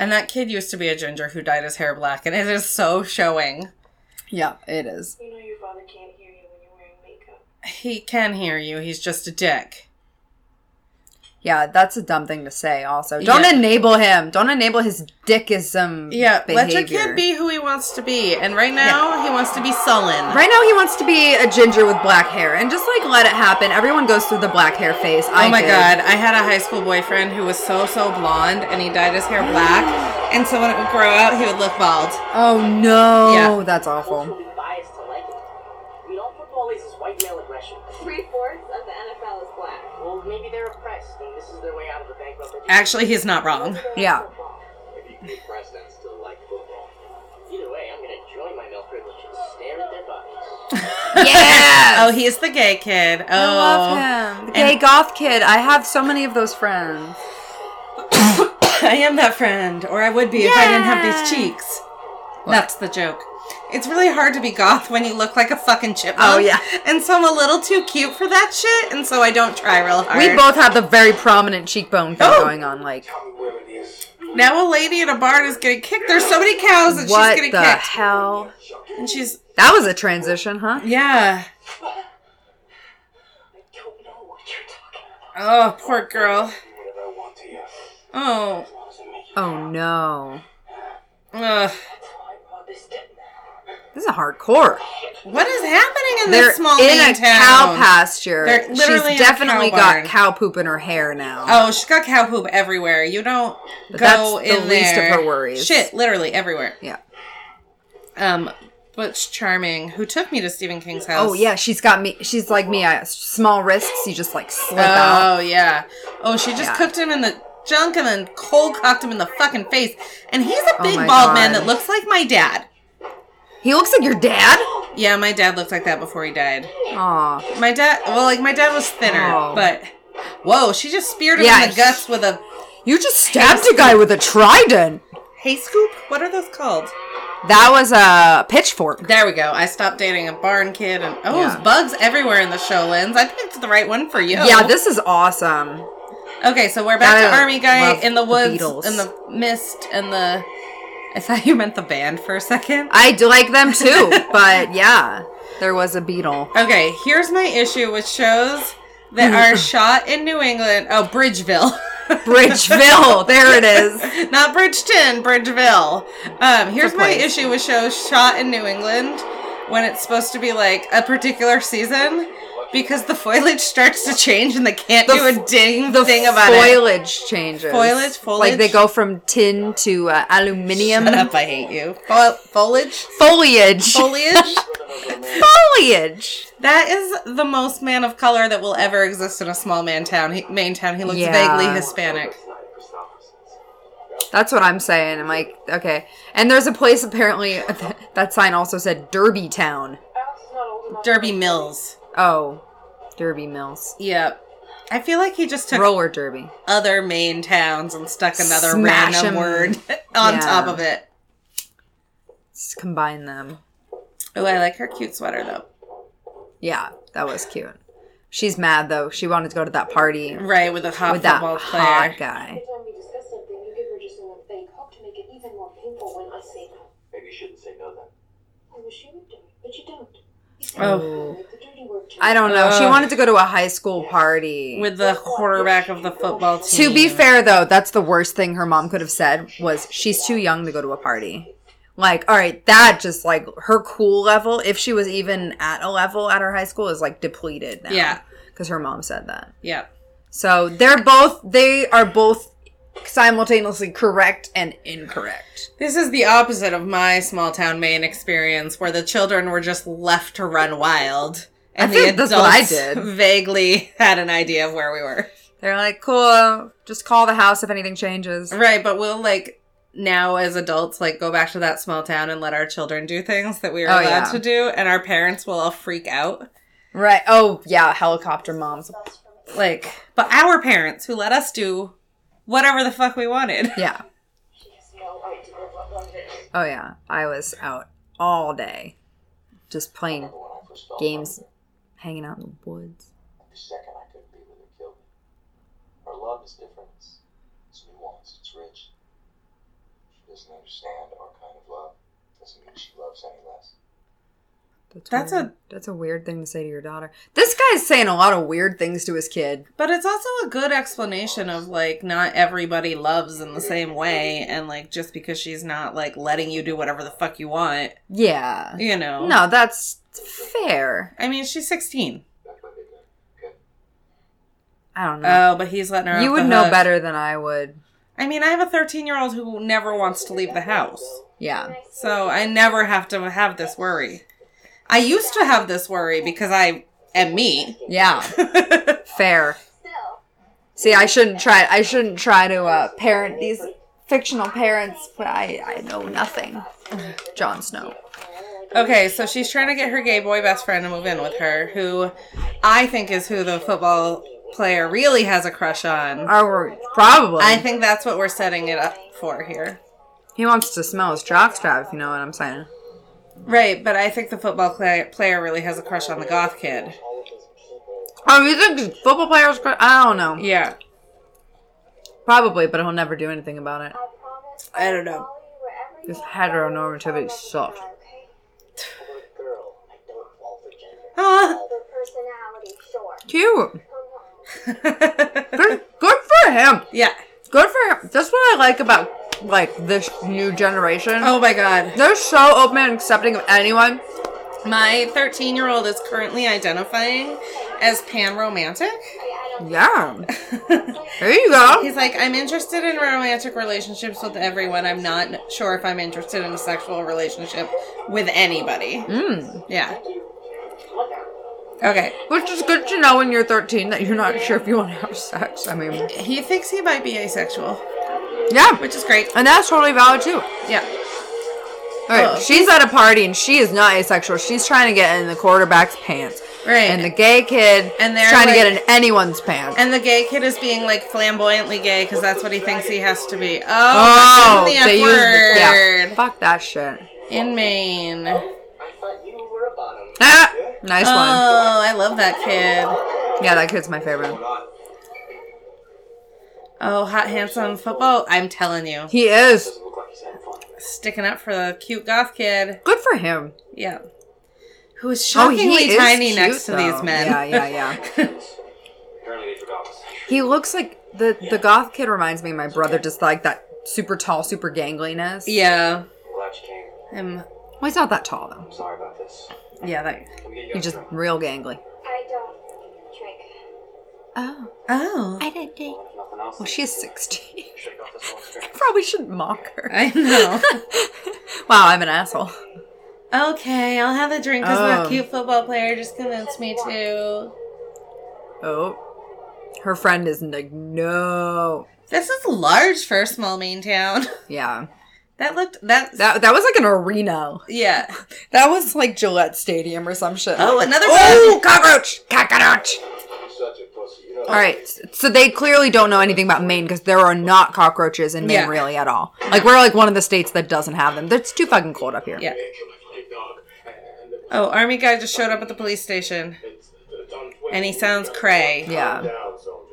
Speaker 1: And that kid used to be a ginger who dyed his hair black, and it is so showing.
Speaker 2: yeah, it is.
Speaker 5: You know your father can't hear you when you're wearing makeup.
Speaker 1: He can hear you. He's just a dick.
Speaker 2: Yeah, that's a dumb thing to say. Also, don't
Speaker 1: Yeah.
Speaker 2: enable him. Don't enable his dickism.
Speaker 1: Yeah, let
Speaker 2: behavior.
Speaker 1: your kid be who he wants to be. And right now, he wants to be sullen.
Speaker 2: Right now, he wants to be a ginger with black hair, and just like let it happen. Everyone goes through the black hair phase.
Speaker 1: Oh
Speaker 2: I
Speaker 1: my
Speaker 2: did.
Speaker 1: god, I had a high school boyfriend who was so, so blonde, and he dyed his hair black. And so when it would grow out, he would look bald.
Speaker 2: Oh no,
Speaker 1: Yeah.
Speaker 2: that's awful.
Speaker 6: biased to like it. We don't football is white male aggression.
Speaker 5: Three fourths of the NFL is black.
Speaker 6: Well, maybe they're oppressed, and this is their way out of the bankrupt.
Speaker 1: Actually, he's not wrong.
Speaker 2: Yeah,
Speaker 4: If you could press and still like football.
Speaker 6: Either way, I'm gonna join my male privilege and stare at their bodies.
Speaker 1: Oh, he's the gay kid. Oh,
Speaker 2: I love him. The gay goth kid. I have so many of those friends.
Speaker 1: I am that friend, or I would be if I didn't have these cheeks. That's the joke. It's really hard to be goth when you look like a fucking chipmunk.
Speaker 3: Oh, yeah.
Speaker 1: And so I'm a little too cute for that shit, and so I don't try real hard.
Speaker 2: We both have the very prominent cheekbone thing
Speaker 1: Oh.
Speaker 2: going on. Like,
Speaker 4: Tell me where it is.
Speaker 1: Now a lady at a bar is getting kicked. There's so many cows and
Speaker 2: what
Speaker 1: she's getting
Speaker 2: the
Speaker 1: kicked.
Speaker 2: hell?
Speaker 1: And she's
Speaker 2: That was a transition, huh?
Speaker 1: yeah.
Speaker 4: I don't know what you're talking about.
Speaker 1: Oh, poor girl.
Speaker 4: Do whatever I want to you.
Speaker 1: Oh.
Speaker 4: As long as I make you.
Speaker 2: Oh no.
Speaker 1: Ugh.
Speaker 4: That's why I brought this dead man.
Speaker 2: This is hardcore.
Speaker 1: What is happening in
Speaker 2: They're
Speaker 1: this small
Speaker 2: in
Speaker 1: main town?
Speaker 2: a cow pasture.
Speaker 1: They're literally
Speaker 2: She's
Speaker 1: in a
Speaker 2: definitely
Speaker 1: cow barn.
Speaker 2: got cow poop in her hair now.
Speaker 1: Oh, she's got cow poop everywhere. You don't
Speaker 2: But
Speaker 1: go
Speaker 2: that's the
Speaker 1: in
Speaker 2: least of
Speaker 1: there.
Speaker 2: her worries.
Speaker 1: Shit, literally everywhere.
Speaker 2: Yeah.
Speaker 1: Um, Butch Charming, who took me to Stephen King's house.
Speaker 2: Oh yeah, she's got me. She's like me. I small wrists. You just like slip out.
Speaker 1: Oh yeah. Oh, she just
Speaker 2: Yeah.
Speaker 1: cooked him in the junk and then cold cocked him in the fucking face. And he's a
Speaker 2: Oh
Speaker 1: big
Speaker 2: my
Speaker 1: bald man
Speaker 2: God.
Speaker 1: that looks like my dad. Oh.
Speaker 2: He looks like your dad.
Speaker 1: Yeah, my dad looked like that before he died.
Speaker 2: Aw.
Speaker 1: My dad, well, like my dad was thinner,
Speaker 2: Oh.
Speaker 1: but whoa, she just speared him
Speaker 2: Yeah,
Speaker 1: in the guts with a
Speaker 2: You just stabbed a guy with a trident.
Speaker 1: hay scoop. What are those called?
Speaker 2: That was a pitchfork.
Speaker 1: There we go. I stopped dating a barn kid, and oh,
Speaker 2: Yeah.
Speaker 1: there's bugs everywhere in the show lens. I picked the right one for you.
Speaker 2: Yeah, this is awesome.
Speaker 1: Okay, so we're back
Speaker 2: Gotta
Speaker 1: to Army Guy
Speaker 2: love
Speaker 1: in the
Speaker 2: the
Speaker 1: woods,
Speaker 2: Beatles.
Speaker 1: in the mist, and the. I thought you meant the band for a second.
Speaker 2: I do like them too, but yeah, there was a beetle.
Speaker 1: Okay, here's my issue with shows that are shot in New England. Oh, Bridgeville.
Speaker 2: Bridgeville, there it is.
Speaker 1: Not Bridgeton, Bridgeville. Um, here's my
Speaker 2: place.
Speaker 1: issue with shows shot in New England when it's supposed to be like a particular season because the foliage starts to change and they can't do a ding
Speaker 2: The
Speaker 1: thing about it.
Speaker 2: foliage changes.
Speaker 1: Foliage, foliage?
Speaker 2: Like they go from tin to uh, aluminium.
Speaker 1: Shut up, I hate you. Fo- foliage?
Speaker 2: Foliage.
Speaker 1: Foliage?
Speaker 2: foliage.
Speaker 1: that is the most man of color that will ever exist in a small man town. He, main town. He looks
Speaker 2: Yeah.
Speaker 1: vaguely Hispanic.
Speaker 2: That's what I'm saying. I'm like, okay. And there's a place apparently that sign also said Derby Town.
Speaker 1: Derby Mills.
Speaker 2: Oh, Derby Mills.
Speaker 1: Yep. I feel like he just took
Speaker 2: Roller derby.
Speaker 1: other main towns and stuck another
Speaker 2: Smash
Speaker 1: random
Speaker 2: 'em.
Speaker 1: word on
Speaker 2: Yeah.
Speaker 1: top of it.
Speaker 2: Let's combine them.
Speaker 1: Oh, I like her cute sweater though.
Speaker 2: Yeah, that was cute. She's mad though. She wanted to go to that party
Speaker 1: Right, with a hot
Speaker 2: with that
Speaker 1: football player.
Speaker 2: hot guy.
Speaker 5: Every time we discuss something, you give her just enough fake hope to make it even more painful when I say no.
Speaker 4: Maybe you shouldn't say no then.
Speaker 5: I wish you would do it, but you don't. You say
Speaker 1: Oh.
Speaker 5: no, like the dirty work to
Speaker 2: I don't know. She
Speaker 1: Ugh.
Speaker 2: wanted to go to a high school party.
Speaker 1: With the quarterback of the football team.
Speaker 2: to be fair though, that's the worst thing her mom could have said was she's too young to go to a party. Like, all right, that just like her cool level, if she was even at a level at her high school, is like depleted now.
Speaker 1: Yeah.
Speaker 2: Because her mom said that.
Speaker 1: Yeah.
Speaker 2: So they're both they are both simultaneously correct and incorrect.
Speaker 1: This is the opposite of my small town Maine experience where the children were just left to run wild. And
Speaker 2: I
Speaker 1: the
Speaker 2: think
Speaker 1: adults
Speaker 2: that's what I did.
Speaker 1: vaguely had an idea of where we were.
Speaker 2: They're like, cool, just call the house if anything changes.
Speaker 1: Right, but we'll like now as adults like go back to that small town and let our children do things that we were
Speaker 2: Oh,
Speaker 1: allowed
Speaker 2: yeah.
Speaker 1: to do and our parents will all freak out.
Speaker 2: Right. Oh yeah, helicopter moms.
Speaker 1: Like but our parents who let us do whatever the fuck we wanted.
Speaker 2: Yeah.
Speaker 5: She has no idea what love is.
Speaker 2: Oh yeah. I was out all day just playing
Speaker 4: When I first fell in
Speaker 2: games, hanging out in the woods.
Speaker 4: love, the second I couldn't be with her killed me. Our love is different. It's, it's nuanced. It's rich. She doesn't understand our kind of love. Doesn't mean she loves any less.
Speaker 1: That's
Speaker 2: weird.
Speaker 1: a-
Speaker 2: that's a weird thing to say to your daughter. This guy's saying a lot of weird things to his kid.
Speaker 1: But it's also a good explanation of like not everybody loves in the same way and like just because she's not like letting you do whatever the fuck you want,
Speaker 2: Yeah.
Speaker 1: you know.
Speaker 2: Uh, No, that's fair.
Speaker 1: I mean, she's 16.
Speaker 2: I don't know.
Speaker 1: Oh, but he's letting her
Speaker 2: you
Speaker 1: off
Speaker 2: would
Speaker 1: the
Speaker 2: know
Speaker 1: hook.
Speaker 2: better than I would.
Speaker 1: I mean, I have a 13-year-old who never wants to leave the house.
Speaker 2: Yeah.
Speaker 1: So I never have to have this worry. I used to have this worry because I am me.
Speaker 2: Yeah. Fair. See, I shouldn't try. I shouldn't try to uh, parent these fictional parents, but I I know nothing. Jon Snow.
Speaker 1: okay, so she's trying to get her gay boy best friend to move in with her, who I think is who the football player really has a crush on.
Speaker 2: Or probably.
Speaker 1: I think that's what we're setting it up for here.
Speaker 2: he wants to smell his jockstrap. If you know what I'm saying.
Speaker 1: Right, but I think the football play- player really has a crush on the goth kid.
Speaker 2: Oh, you think football players? I don't know.
Speaker 1: Yeah.
Speaker 2: Probably, but he'll never do anything about it.
Speaker 5: I don't know.
Speaker 2: This heteronormativity sucks.
Speaker 6: I'm a girl. I don't fall for gender.
Speaker 1: Ah.
Speaker 5: personality, sure.
Speaker 2: Cute. Good, good for him.
Speaker 1: yeah.
Speaker 2: Good for him. That's what I like about like this new generation.
Speaker 1: Oh my god.
Speaker 2: They're so open and accepting of anyone.
Speaker 1: My 13 year old is currently identifying as pan romantic.
Speaker 2: Yeah. There you go.
Speaker 1: He's like, I'm interested in romantic relationships with everyone. I'm not sure if I'm interested in a sexual relationship with anybody.
Speaker 2: Mm.
Speaker 1: Yeah. Okay.
Speaker 2: Which is good to know when you're 13 that you're not sure if you want to have sex. I mean,
Speaker 1: He thinks he might be asexual,
Speaker 2: yeah.
Speaker 1: which is great.
Speaker 2: And that's totally valid too.
Speaker 1: Yeah.
Speaker 2: All right,
Speaker 1: Oh.
Speaker 2: she's at a party and she is not asexual. She's trying to get in the quarterback's pants.
Speaker 1: Right.
Speaker 2: And the gay kid
Speaker 1: And
Speaker 2: is
Speaker 1: they're
Speaker 2: trying to get in
Speaker 1: like-
Speaker 2: anyone's pants.
Speaker 1: And the gay kid is being like flamboyantly gay because that's what he thinks he has to be. Oh,
Speaker 2: oh,
Speaker 1: that's
Speaker 2: they
Speaker 1: in the
Speaker 2: use the,
Speaker 1: F
Speaker 2: yeah.
Speaker 1: word
Speaker 2: Fuck that shit.
Speaker 1: in Maine. Oh,
Speaker 6: I thought you were a bottom.
Speaker 2: Ah, nice
Speaker 1: Oh, I love that kid.
Speaker 2: one. Yeah, that kid's my favorite.
Speaker 1: Oh, hot handsome football. I'm telling you,
Speaker 2: He is
Speaker 6: Doesn't look like he's having fun.
Speaker 1: sticking up for the cute goth kid.
Speaker 2: good for him.
Speaker 1: Yeah. Who is
Speaker 2: Oh, he
Speaker 1: shockingly
Speaker 2: is
Speaker 1: tiny
Speaker 2: cute,
Speaker 1: next to
Speaker 2: though.
Speaker 1: these men.
Speaker 2: Yeah, yeah, yeah.
Speaker 6: Apparently they forgot us.
Speaker 2: He looks like the the goth kid reminds me of my brother, just like that super tall, super gangliness.
Speaker 1: yeah.
Speaker 6: I'm glad you came.
Speaker 1: Um,
Speaker 2: well, he's not that tall though.
Speaker 6: I'm sorry about this.
Speaker 1: yeah, that.
Speaker 6: Let me get you
Speaker 2: He's
Speaker 6: guys
Speaker 2: just
Speaker 6: drunk.
Speaker 2: real gangly.
Speaker 5: I don't drink.
Speaker 7: Oh,
Speaker 1: Oh,
Speaker 7: I didn't date.
Speaker 6: If nothing else,
Speaker 2: Well, she is sixteen.
Speaker 6: shake off this one strength.
Speaker 2: Probably shouldn't mock her.
Speaker 1: I know.
Speaker 2: wow, I'm an asshole.
Speaker 1: okay, I'll have a drink because that
Speaker 2: Oh.
Speaker 1: cute football player just convinced me to.
Speaker 2: Oh. Her friend is like, no.
Speaker 1: This is large for a small Maine town.
Speaker 2: Yeah.
Speaker 1: That looked that
Speaker 2: That that was like an arena.
Speaker 1: yeah.
Speaker 2: That was like Gillette Stadium or some shit.
Speaker 1: Oh, another
Speaker 2: Oh, cockroach! Cockroach!
Speaker 4: You're such a pussy. You know
Speaker 2: All right, so they clearly don't know anything about Maine because there are not cockroaches in Maine
Speaker 1: Yeah.
Speaker 2: really at all. Like we're like one of the states that doesn't have them. It's too fucking cold up here.
Speaker 1: Yeah.
Speaker 4: kill my fucking dog. And
Speaker 1: Oh, army guy just showed up at the police station,
Speaker 4: it's, it's on Twitter.
Speaker 1: and he sounds cray.
Speaker 2: Yeah.
Speaker 4: down, soldier.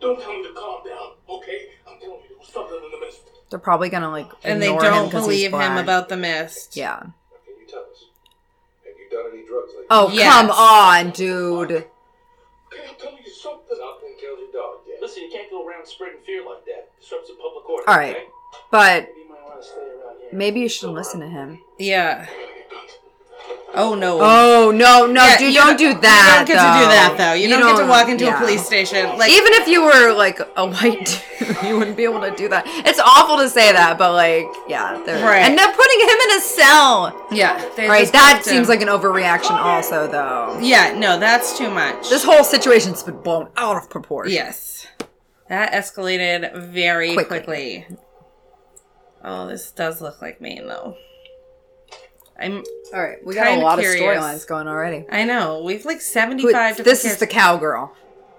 Speaker 4: Don't tell me to calm down, okay? I'm telling you, there was something in the mist.
Speaker 2: They're probably gonna like
Speaker 1: And they
Speaker 2: ignore him
Speaker 1: don't
Speaker 2: 'cause he's
Speaker 1: believe him
Speaker 2: black.
Speaker 1: about the mist.
Speaker 2: Yeah.
Speaker 4: Can you tell us? Have you done any drugs lately?
Speaker 2: Oh
Speaker 1: Yes.
Speaker 2: come on, dude.
Speaker 4: Okay, I'm telling you something. Something killed your dog, yeah.
Speaker 6: Listen, you can't go around spreading fear like that. Disrupts the public order.
Speaker 2: All right,
Speaker 6: okay?
Speaker 2: but
Speaker 6: Maybe you might want to stay around here.
Speaker 2: maybe you should listen to him.
Speaker 1: Yeah. Oh no.
Speaker 2: Oh no, no,
Speaker 1: Yeah,
Speaker 2: dude,
Speaker 1: you
Speaker 2: don't do that.
Speaker 1: You don't get to do that though. You, don't, get to walk into
Speaker 2: yeah.
Speaker 1: a police station. Like
Speaker 2: Even if you were like a white dude, you wouldn't be able to do that. It's awful to say that, but like, yeah, they're
Speaker 1: Right.
Speaker 2: and they're putting him in a cell.
Speaker 1: yeah. they
Speaker 2: Right,
Speaker 1: just
Speaker 2: that
Speaker 1: have to-
Speaker 2: seems like an overreaction, also though.
Speaker 1: yeah. No, that's too much.
Speaker 2: This whole situation's been blown out of proportion.
Speaker 1: yes. That escalated very
Speaker 2: Quickly.
Speaker 1: quickly. Oh, this does look like Maine though. I'm.
Speaker 2: All right, we got
Speaker 1: Kinda
Speaker 2: a lot
Speaker 1: curious.
Speaker 2: of storylines going already.
Speaker 1: I know. We've like
Speaker 2: Who-
Speaker 1: seventy-five. different
Speaker 2: this is the
Speaker 1: characters.
Speaker 2: cowgirl,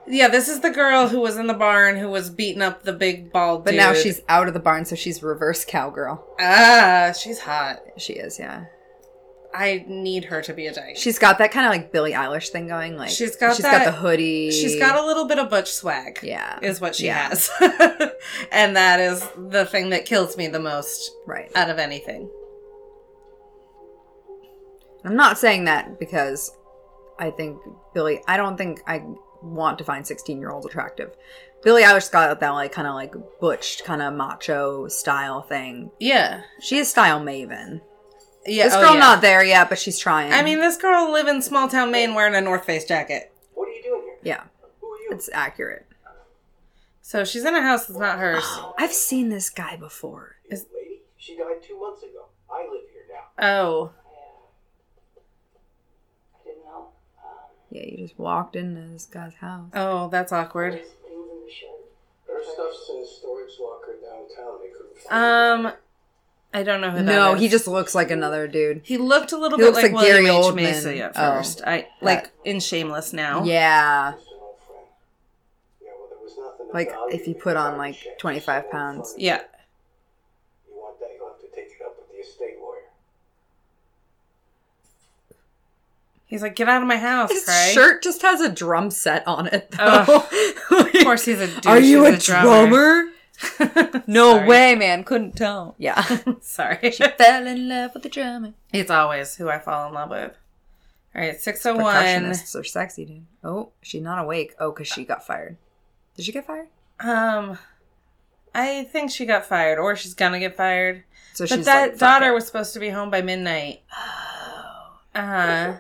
Speaker 1: Yeah, this is the girl who was in the barn who was beating up the big bald
Speaker 2: but
Speaker 1: dude.
Speaker 2: now she's out of the barn, so she's reverse cowgirl.
Speaker 1: ah, she's hot.
Speaker 2: She is, yeah.
Speaker 1: I need her to be a dyke.
Speaker 2: She's got that kind of like Billie Eilish thing going. Like
Speaker 1: She's got
Speaker 2: she's
Speaker 1: that-
Speaker 2: got the hoodie.
Speaker 1: she's got a little bit of butch swag.
Speaker 2: Yeah.
Speaker 1: Is what she
Speaker 2: Yeah.
Speaker 1: has. and that is the thing that kills me the most
Speaker 2: right.
Speaker 1: out of anything.
Speaker 2: I'm not saying that because I think Billy. I don't think I want to find 16 year olds attractive. Billie Eilish got that like kind of like butch, kind of macho style thing.
Speaker 1: Yeah.
Speaker 2: She is style maven.
Speaker 1: Yeah.
Speaker 2: this
Speaker 1: oh,
Speaker 2: girl
Speaker 1: yeah.
Speaker 2: not there yet, but she's trying.
Speaker 1: I mean, this girl live in small town Maine wearing a North Face jacket.
Speaker 6: What are you doing here?
Speaker 2: yeah,
Speaker 6: Who are you?
Speaker 2: it's accurate.
Speaker 1: So she's in a house that's not hers.
Speaker 2: I've seen this guy before.
Speaker 6: This lady? She died two months ago. I live here now.
Speaker 1: Oh.
Speaker 6: I didn't know.
Speaker 2: Yeah, you just walked into this guy's house.
Speaker 1: Oh, that's awkward.
Speaker 4: Her stuff's in a storage locker downtown. They couldn't find
Speaker 1: Um, I don't know who that
Speaker 2: no,
Speaker 1: is.
Speaker 2: he just looks like another dude.
Speaker 1: He looked a little
Speaker 2: He
Speaker 1: bit
Speaker 2: looks
Speaker 1: like,
Speaker 2: like Gary
Speaker 1: William H.
Speaker 2: Oldman.
Speaker 1: Macy at
Speaker 2: Oh.
Speaker 1: first. I like in Shameless now.
Speaker 2: Yeah.
Speaker 4: Just an old friend. Yeah, well, there was nothing of
Speaker 2: Like
Speaker 4: value
Speaker 2: if you
Speaker 4: in
Speaker 2: put
Speaker 4: the
Speaker 2: on
Speaker 4: body
Speaker 2: like
Speaker 4: shape.
Speaker 2: 25 pounds.
Speaker 1: Yeah.
Speaker 4: You want that, you'll have to take it up with the estate lawyer.
Speaker 1: He's like, get out of my house,
Speaker 2: His
Speaker 1: Cray.
Speaker 2: shirt just has a drum set on it, though.
Speaker 1: Ugh. Of course, he's a douche.
Speaker 2: Are you a,
Speaker 1: He's drummer?
Speaker 2: drummer? no
Speaker 1: Sorry.
Speaker 2: way, man. Couldn't tell. Yeah.
Speaker 1: Sorry.
Speaker 2: Fell in love with the drummer.
Speaker 1: it's always who I fall in love with. All right, 601.
Speaker 2: Percussionists are sexy, dude. Oh, she's not awake. Oh, because she got fired. Did she get fired?
Speaker 1: Um, I think she got fired, or she's gonna get fired.
Speaker 2: So
Speaker 1: but
Speaker 2: like,
Speaker 1: that
Speaker 2: fuck
Speaker 1: daughter
Speaker 2: it.
Speaker 1: was supposed to be home by midnight. Uh huh.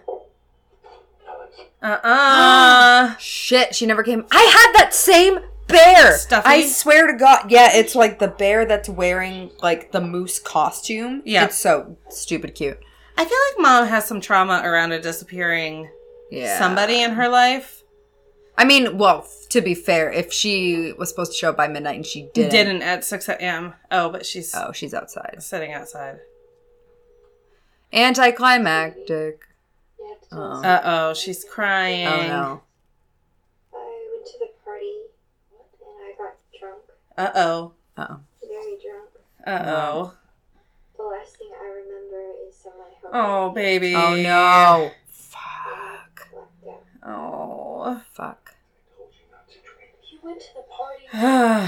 Speaker 1: Uh uh.
Speaker 2: Shit, she never came. I had that same bear.
Speaker 1: Stuffy?
Speaker 2: I swear to God. Yeah, it's like the bear that's wearing like the moose costume.
Speaker 1: Yeah.
Speaker 2: It's so stupid cute.
Speaker 1: I feel like mom has some trauma around a disappearing
Speaker 2: Yeah.
Speaker 1: somebody in her life.
Speaker 2: I mean, well, f- to be fair, if she was supposed to show up by midnight and she didn't.
Speaker 1: Didn't at 6 a.m. Oh, but she's
Speaker 2: Oh, she's outside.
Speaker 1: sitting outside.
Speaker 2: Anticlimactic.
Speaker 5: Yeah, it's
Speaker 2: Oh.
Speaker 1: Uh oh, she's crying.
Speaker 2: Oh no.
Speaker 5: I went to the party and I got drunk,
Speaker 1: Uh oh.
Speaker 2: Oh.
Speaker 5: very drunk.
Speaker 1: Uh oh.
Speaker 5: The last thing I remember is someone helped
Speaker 1: Oh, baby.
Speaker 2: Oh no. Fuck.
Speaker 1: Oh.
Speaker 2: Fuck.
Speaker 5: You went to the party.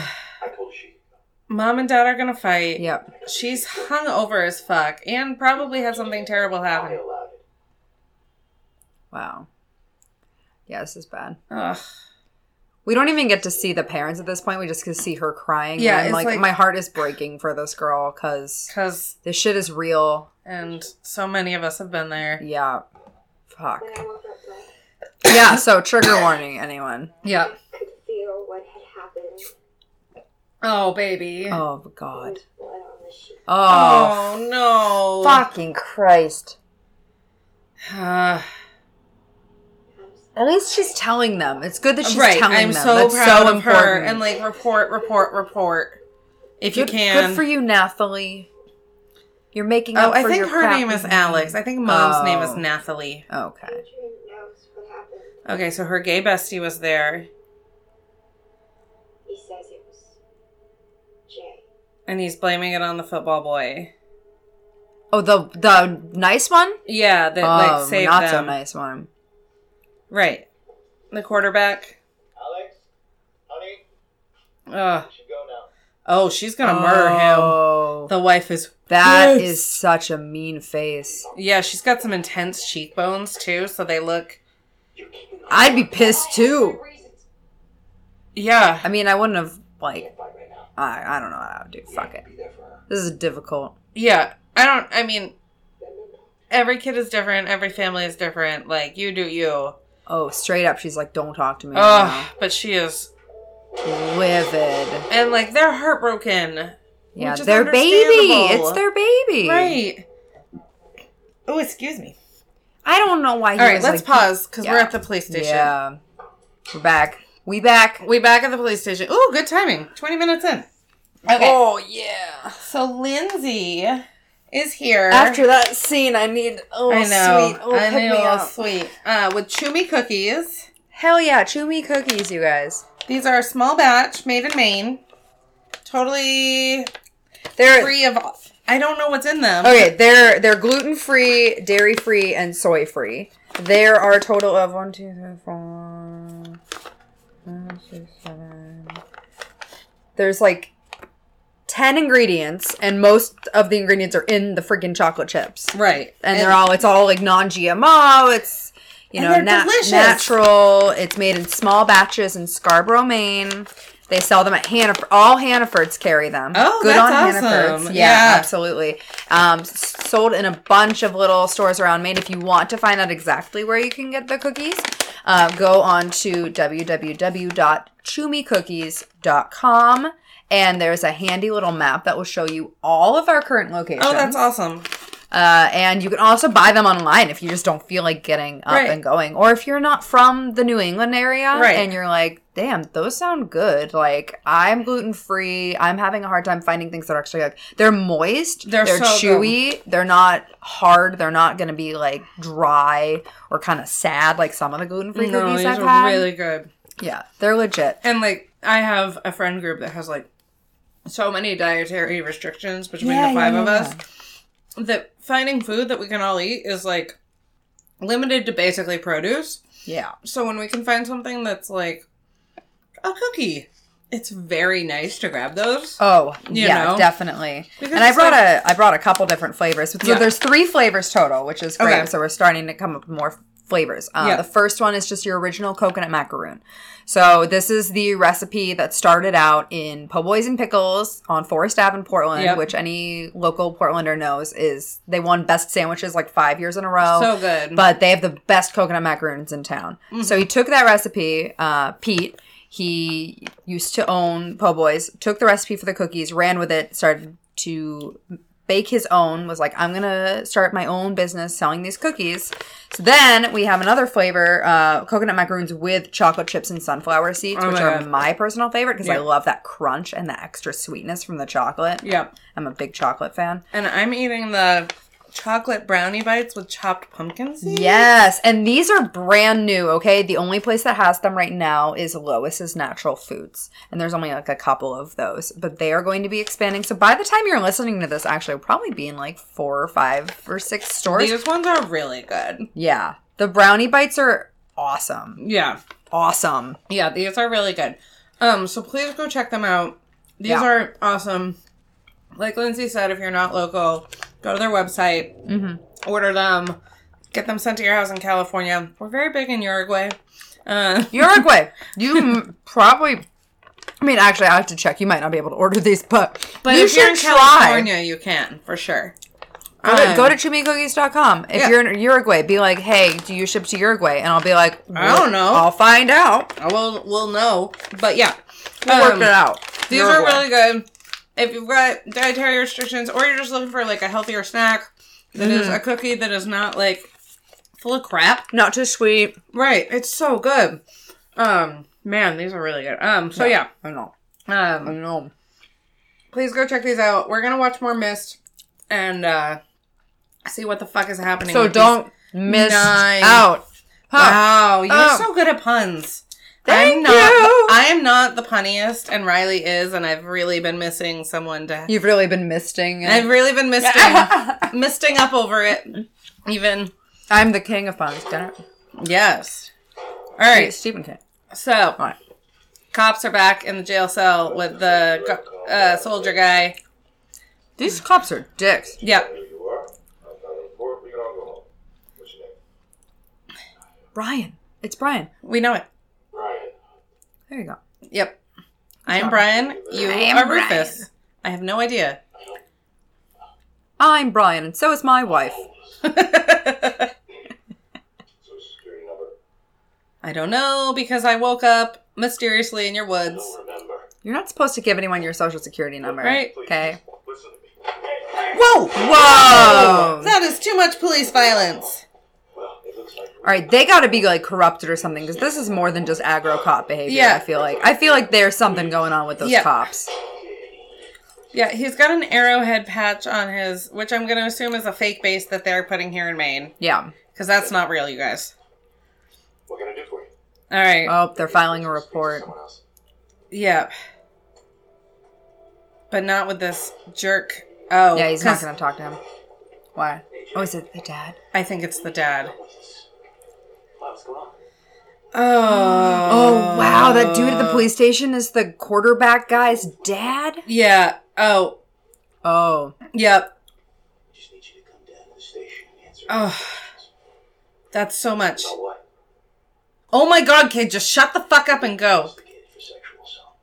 Speaker 1: Mom and dad are gonna fight.
Speaker 2: Yep.
Speaker 1: She's hung over as fuck and probably had something terrible happen.
Speaker 2: Wow. Yeah, this is bad.
Speaker 1: Ugh.
Speaker 2: We don't even get to see the parents at this point. We just get to see her crying.
Speaker 1: Yeah,
Speaker 2: and
Speaker 1: it's
Speaker 2: like,
Speaker 1: like-
Speaker 2: my heart is breaking for this girl because
Speaker 1: Cause
Speaker 2: this shit is real.
Speaker 1: and so many of us have been there.
Speaker 2: Yeah. Fuck.
Speaker 5: When I woke up, like,
Speaker 2: Yeah. So trigger warning, anyone.
Speaker 1: Yeah.
Speaker 5: I could feel what had happened.
Speaker 1: Oh baby. Oh,
Speaker 2: Oh God.
Speaker 5: There's blood on the sheet.
Speaker 2: Oh.
Speaker 1: no.
Speaker 2: Fucking Christ.
Speaker 1: Uh,
Speaker 2: At least she's telling them. It's good that she's
Speaker 1: right.
Speaker 2: telling
Speaker 1: I'm
Speaker 2: them.
Speaker 1: so
Speaker 2: That's
Speaker 1: proud
Speaker 2: so
Speaker 1: of her.
Speaker 2: important.
Speaker 1: And like report, report, report. If
Speaker 2: good,
Speaker 1: you can.
Speaker 2: Good for you, Nathalie. You're making
Speaker 1: Oh,
Speaker 2: up
Speaker 1: I
Speaker 2: for
Speaker 1: think
Speaker 2: your
Speaker 1: her
Speaker 2: crap
Speaker 1: name is
Speaker 2: behind.
Speaker 1: Alex. I think mom's
Speaker 2: Oh.
Speaker 1: name is Nathalie.
Speaker 2: Okay.
Speaker 5: Adrian knows what happened.
Speaker 1: Okay, so her gay bestie was there,
Speaker 5: He says it was Jay.
Speaker 1: and he's blaming it on the football boy.
Speaker 2: Oh, the the nice one.
Speaker 1: Yeah, that
Speaker 2: oh,
Speaker 1: like saved
Speaker 2: not
Speaker 1: them.
Speaker 2: so nice one.
Speaker 1: Right. The quarterback.
Speaker 4: Alex, honey,
Speaker 1: Ugh.
Speaker 4: you should go now.
Speaker 1: Oh, she's gonna murder
Speaker 2: Oh,
Speaker 1: him. The wife is.
Speaker 2: that
Speaker 1: pissed.
Speaker 2: is such a mean face.
Speaker 1: Yeah, she's got some intense cheekbones too, so they look.
Speaker 2: I'd be pissed too.
Speaker 1: Yeah.
Speaker 2: I mean, I wouldn't have like. I I don't know what I would do. Fuck it. This is difficult.
Speaker 1: Yeah. I don't. I mean, every kid is different. Every family is different. Like you do you.
Speaker 2: Oh, straight up, she's like, "Don't talk to me."
Speaker 1: Ugh. But she is,
Speaker 2: now." Livid.
Speaker 1: and like they're heartbroken.
Speaker 2: Yeah,
Speaker 1: Which is
Speaker 2: their baby.
Speaker 1: understandable.
Speaker 2: It's their baby.
Speaker 1: Right. Oh, excuse me.
Speaker 2: I don't know why. He
Speaker 1: All right,
Speaker 2: was
Speaker 1: let's
Speaker 2: like,
Speaker 1: pause because we're
Speaker 2: Yeah.
Speaker 1: at the police station.
Speaker 2: Yeah, we're back. We back.
Speaker 1: We back at the police station. Oh, good timing. 20 minutes in. Okay.
Speaker 2: Oh yeah.
Speaker 1: So Lindsay is here.
Speaker 2: After that scene, I need. Oh,
Speaker 1: I know.
Speaker 2: Sweet. Oh,
Speaker 1: I
Speaker 2: pick
Speaker 1: know.
Speaker 2: me up.
Speaker 1: Sweet. Uh, with Chumi cookies.
Speaker 2: Hell yeah, chew me cookies, you guys.
Speaker 1: These are a small batch made in Maine. Totally
Speaker 2: They're
Speaker 1: free of. I don't know what's in them.
Speaker 2: okay. They're they're gluten free, dairy free, and soy free. There are a total of one, two, three, four, five, six, seven. There's like ten ingredients, and most of the ingredients are in the freaking chocolate chips.
Speaker 1: Right.
Speaker 2: and they're all it's all like non-GMO. It's you
Speaker 1: And
Speaker 2: know
Speaker 1: they're
Speaker 2: nat-
Speaker 1: delicious.
Speaker 2: natural. It's made in small batches in Scarborough, Maine. They sell them at Hannaford. All Hannafords carry them.
Speaker 1: Oh, that's awesome.
Speaker 2: Yeah,
Speaker 1: Yeah.
Speaker 2: absolutely. Um, s- sold in a bunch of little stores around Maine. If you want to find out exactly where you can get the cookies, uh, go on to www.chumicookies.com. And there's a handy little map that will show you all of our current locations.
Speaker 1: Oh, that's awesome.
Speaker 2: Uh, and you can also buy them online if you just don't feel like getting up
Speaker 1: Right.
Speaker 2: and going, or if you're not from the New England area
Speaker 1: Right.
Speaker 2: and you're like, "Damn, those sound good." Like I'm gluten free. I'm having a hard time finding things that are actually like they're moist,
Speaker 1: They're so good.
Speaker 2: chewy, they're not hard, they're not going to be like dry or kind of sad like some of the gluten free
Speaker 1: No,
Speaker 2: cookies
Speaker 1: these
Speaker 2: I've
Speaker 1: are
Speaker 2: had.
Speaker 1: really good.
Speaker 2: yeah, they're legit.
Speaker 1: And like I have a friend group that has like so many dietary restrictions between
Speaker 2: Yeah,
Speaker 1: the five
Speaker 2: yeah,
Speaker 1: of
Speaker 2: yeah.
Speaker 1: us that finding food that we can all eat is like limited to basically produce.
Speaker 2: Yeah.
Speaker 1: So when we can find something that's like a cookie, it's very nice to grab those.
Speaker 2: Oh,
Speaker 1: You
Speaker 2: yeah,
Speaker 1: know?
Speaker 2: definitely.
Speaker 1: Because
Speaker 2: and I
Speaker 1: it's
Speaker 2: brought
Speaker 1: like-
Speaker 2: a I brought a couple different flavors. So
Speaker 1: Yeah.
Speaker 2: there's three flavors total, which is great.
Speaker 1: Okay.
Speaker 2: So we're starting to come up with more flavors. Uh,
Speaker 1: Yeah.
Speaker 2: The first one is just your original coconut macaroon. So this is the recipe that started out in Po' Boys and Pickles on Forest Ave in Portland,
Speaker 1: Yep.
Speaker 2: which any local Portlander knows is they won best sandwiches like five years in a row.
Speaker 1: so good.
Speaker 2: Oh, But they have the best coconut macaroons in town. So
Speaker 1: Mm-hmm.
Speaker 2: he took that recipe, uh, Pete. He used to own Po' Boys, took the recipe for the cookies, ran with it, started to bake his own, was like, I'm going to start my own business selling these cookies. So then we have another flavor, uh, coconut macaroons with chocolate chips and sunflower seeds,
Speaker 1: Oh
Speaker 2: which
Speaker 1: my
Speaker 2: are
Speaker 1: God.
Speaker 2: my personal favorite because I
Speaker 1: Yeah.
Speaker 2: love that crunch and the extra sweetness from the chocolate.
Speaker 1: yeah.
Speaker 2: I'm a big chocolate fan.
Speaker 1: And I'm eating the chocolate brownie bites with chopped pumpkin seeds.
Speaker 2: Yes, and these are brand new, okay? The only place that has them right now is Lois's Natural Foods, and there's only like a couple of those, but they are going to be expanding. So by the time you're listening to this, actually, it'll probably be in like four or five or six stores.
Speaker 1: These ones are really good.
Speaker 2: yeah, the brownie bites are awesome.
Speaker 1: Yeah.
Speaker 2: Awesome.
Speaker 1: Yeah, these are really good. Um, so please go check them out. These
Speaker 2: Yeah.
Speaker 1: are awesome. Like Lindsay said, if you're not local, go to their website,
Speaker 2: Mhm.
Speaker 1: order them, get them sent to your house in California. We're very big in Uruguay. Uh,
Speaker 2: Uruguay, you m- probably. I mean, actually, I have to check. You might not be able to order these, but
Speaker 1: but
Speaker 2: you
Speaker 1: if you're in
Speaker 2: should try.
Speaker 1: California, you can for sure.
Speaker 2: Go to,
Speaker 1: Um,
Speaker 2: go to chumicookies.com. If
Speaker 1: Yeah.
Speaker 2: you're in Uruguay, be like, hey, do you ship to Uruguay? And I'll be like,
Speaker 1: I don't know.
Speaker 2: I'll find out.
Speaker 1: I will will Uh, know. But yeah,
Speaker 2: We'll
Speaker 1: Um,
Speaker 2: work it out.
Speaker 1: These are
Speaker 2: Uruguay.
Speaker 1: really good. If you've got dietary restrictions or you're just looking for like a healthier snack that is
Speaker 2: Mm-hmm.
Speaker 1: a cookie that is not like full of crap.
Speaker 2: Not too sweet.
Speaker 1: Right. It's so good. Um man, these are really good. Um so yeah.
Speaker 2: I know. I
Speaker 1: Um
Speaker 2: know.
Speaker 1: please go check these out. We're going to watch more Mist and uh see what the fuck is happening.
Speaker 2: So
Speaker 1: with
Speaker 2: don't miss
Speaker 1: Nice.
Speaker 2: out. Huh.
Speaker 1: Wow, you're
Speaker 2: Oh.
Speaker 1: so good at puns.
Speaker 2: Thank
Speaker 1: I'm not,
Speaker 2: you.
Speaker 1: I am not the punniest, and Riley is, and I've really been missing someone to.
Speaker 2: You've really been misting.
Speaker 1: I've
Speaker 2: And
Speaker 1: really been misting, misting up over it. Even
Speaker 2: I'm the king of puns. Dinner.
Speaker 1: yes. All right,
Speaker 2: Stephen King.
Speaker 1: so
Speaker 2: right.
Speaker 1: cops are back in the jail cell with the gu- uh, soldier guy.
Speaker 2: These cops are dicks.
Speaker 1: Yep.
Speaker 4: Here you are. I'm not on board. We can all go home. What's your name?
Speaker 2: Brian. It's Brian.
Speaker 1: We know it.
Speaker 4: Brian.
Speaker 2: There you go.
Speaker 1: Yep. I am Brian. You are Rufus. I have no idea.
Speaker 2: I'm Brian, and so is my wife.
Speaker 4: Social security number.
Speaker 1: I don't know because I woke up mysteriously in your woods.
Speaker 4: Don't remember.
Speaker 2: You're not supposed to give anyone your social security number.
Speaker 1: Right.
Speaker 2: Okay.
Speaker 4: Listen to me.
Speaker 1: Whoa!
Speaker 2: Whoa!
Speaker 1: That is too much police violence.
Speaker 4: Well, it looks like
Speaker 2: All right, they got to be like corrupted or something because this is more than just aggro cop behavior.
Speaker 1: Yeah.
Speaker 2: I feel like I feel like there's something going on with those
Speaker 1: Yeah.
Speaker 2: cops.
Speaker 1: Yeah, he's got an arrowhead patch on his, which I'm going to assume is a fake base that they're putting here in Maine,
Speaker 2: Yeah.
Speaker 1: because that's not real, you guys.
Speaker 4: what can I do for you?
Speaker 1: All right.
Speaker 2: Oh, they're filing a report.
Speaker 4: Someone else.
Speaker 1: Yeah. But not with this jerk. Oh,
Speaker 2: Yeah, he's not
Speaker 1: 'cause
Speaker 2: gonna talk to him. Why? Oh, is it the dad?
Speaker 1: I think it's the dad.
Speaker 6: What's going on?
Speaker 1: Oh.
Speaker 2: Oh wow, that dude at the police station is the quarterback guy's dad.
Speaker 1: Yeah. Oh.
Speaker 2: Oh,
Speaker 1: Yep.
Speaker 6: I just need you to come down to the station and answer.
Speaker 1: Oh. That's so much.
Speaker 6: About what?
Speaker 1: Oh my god, kid, just shut the fuck up and go.
Speaker 6: Investigated for sexual assault.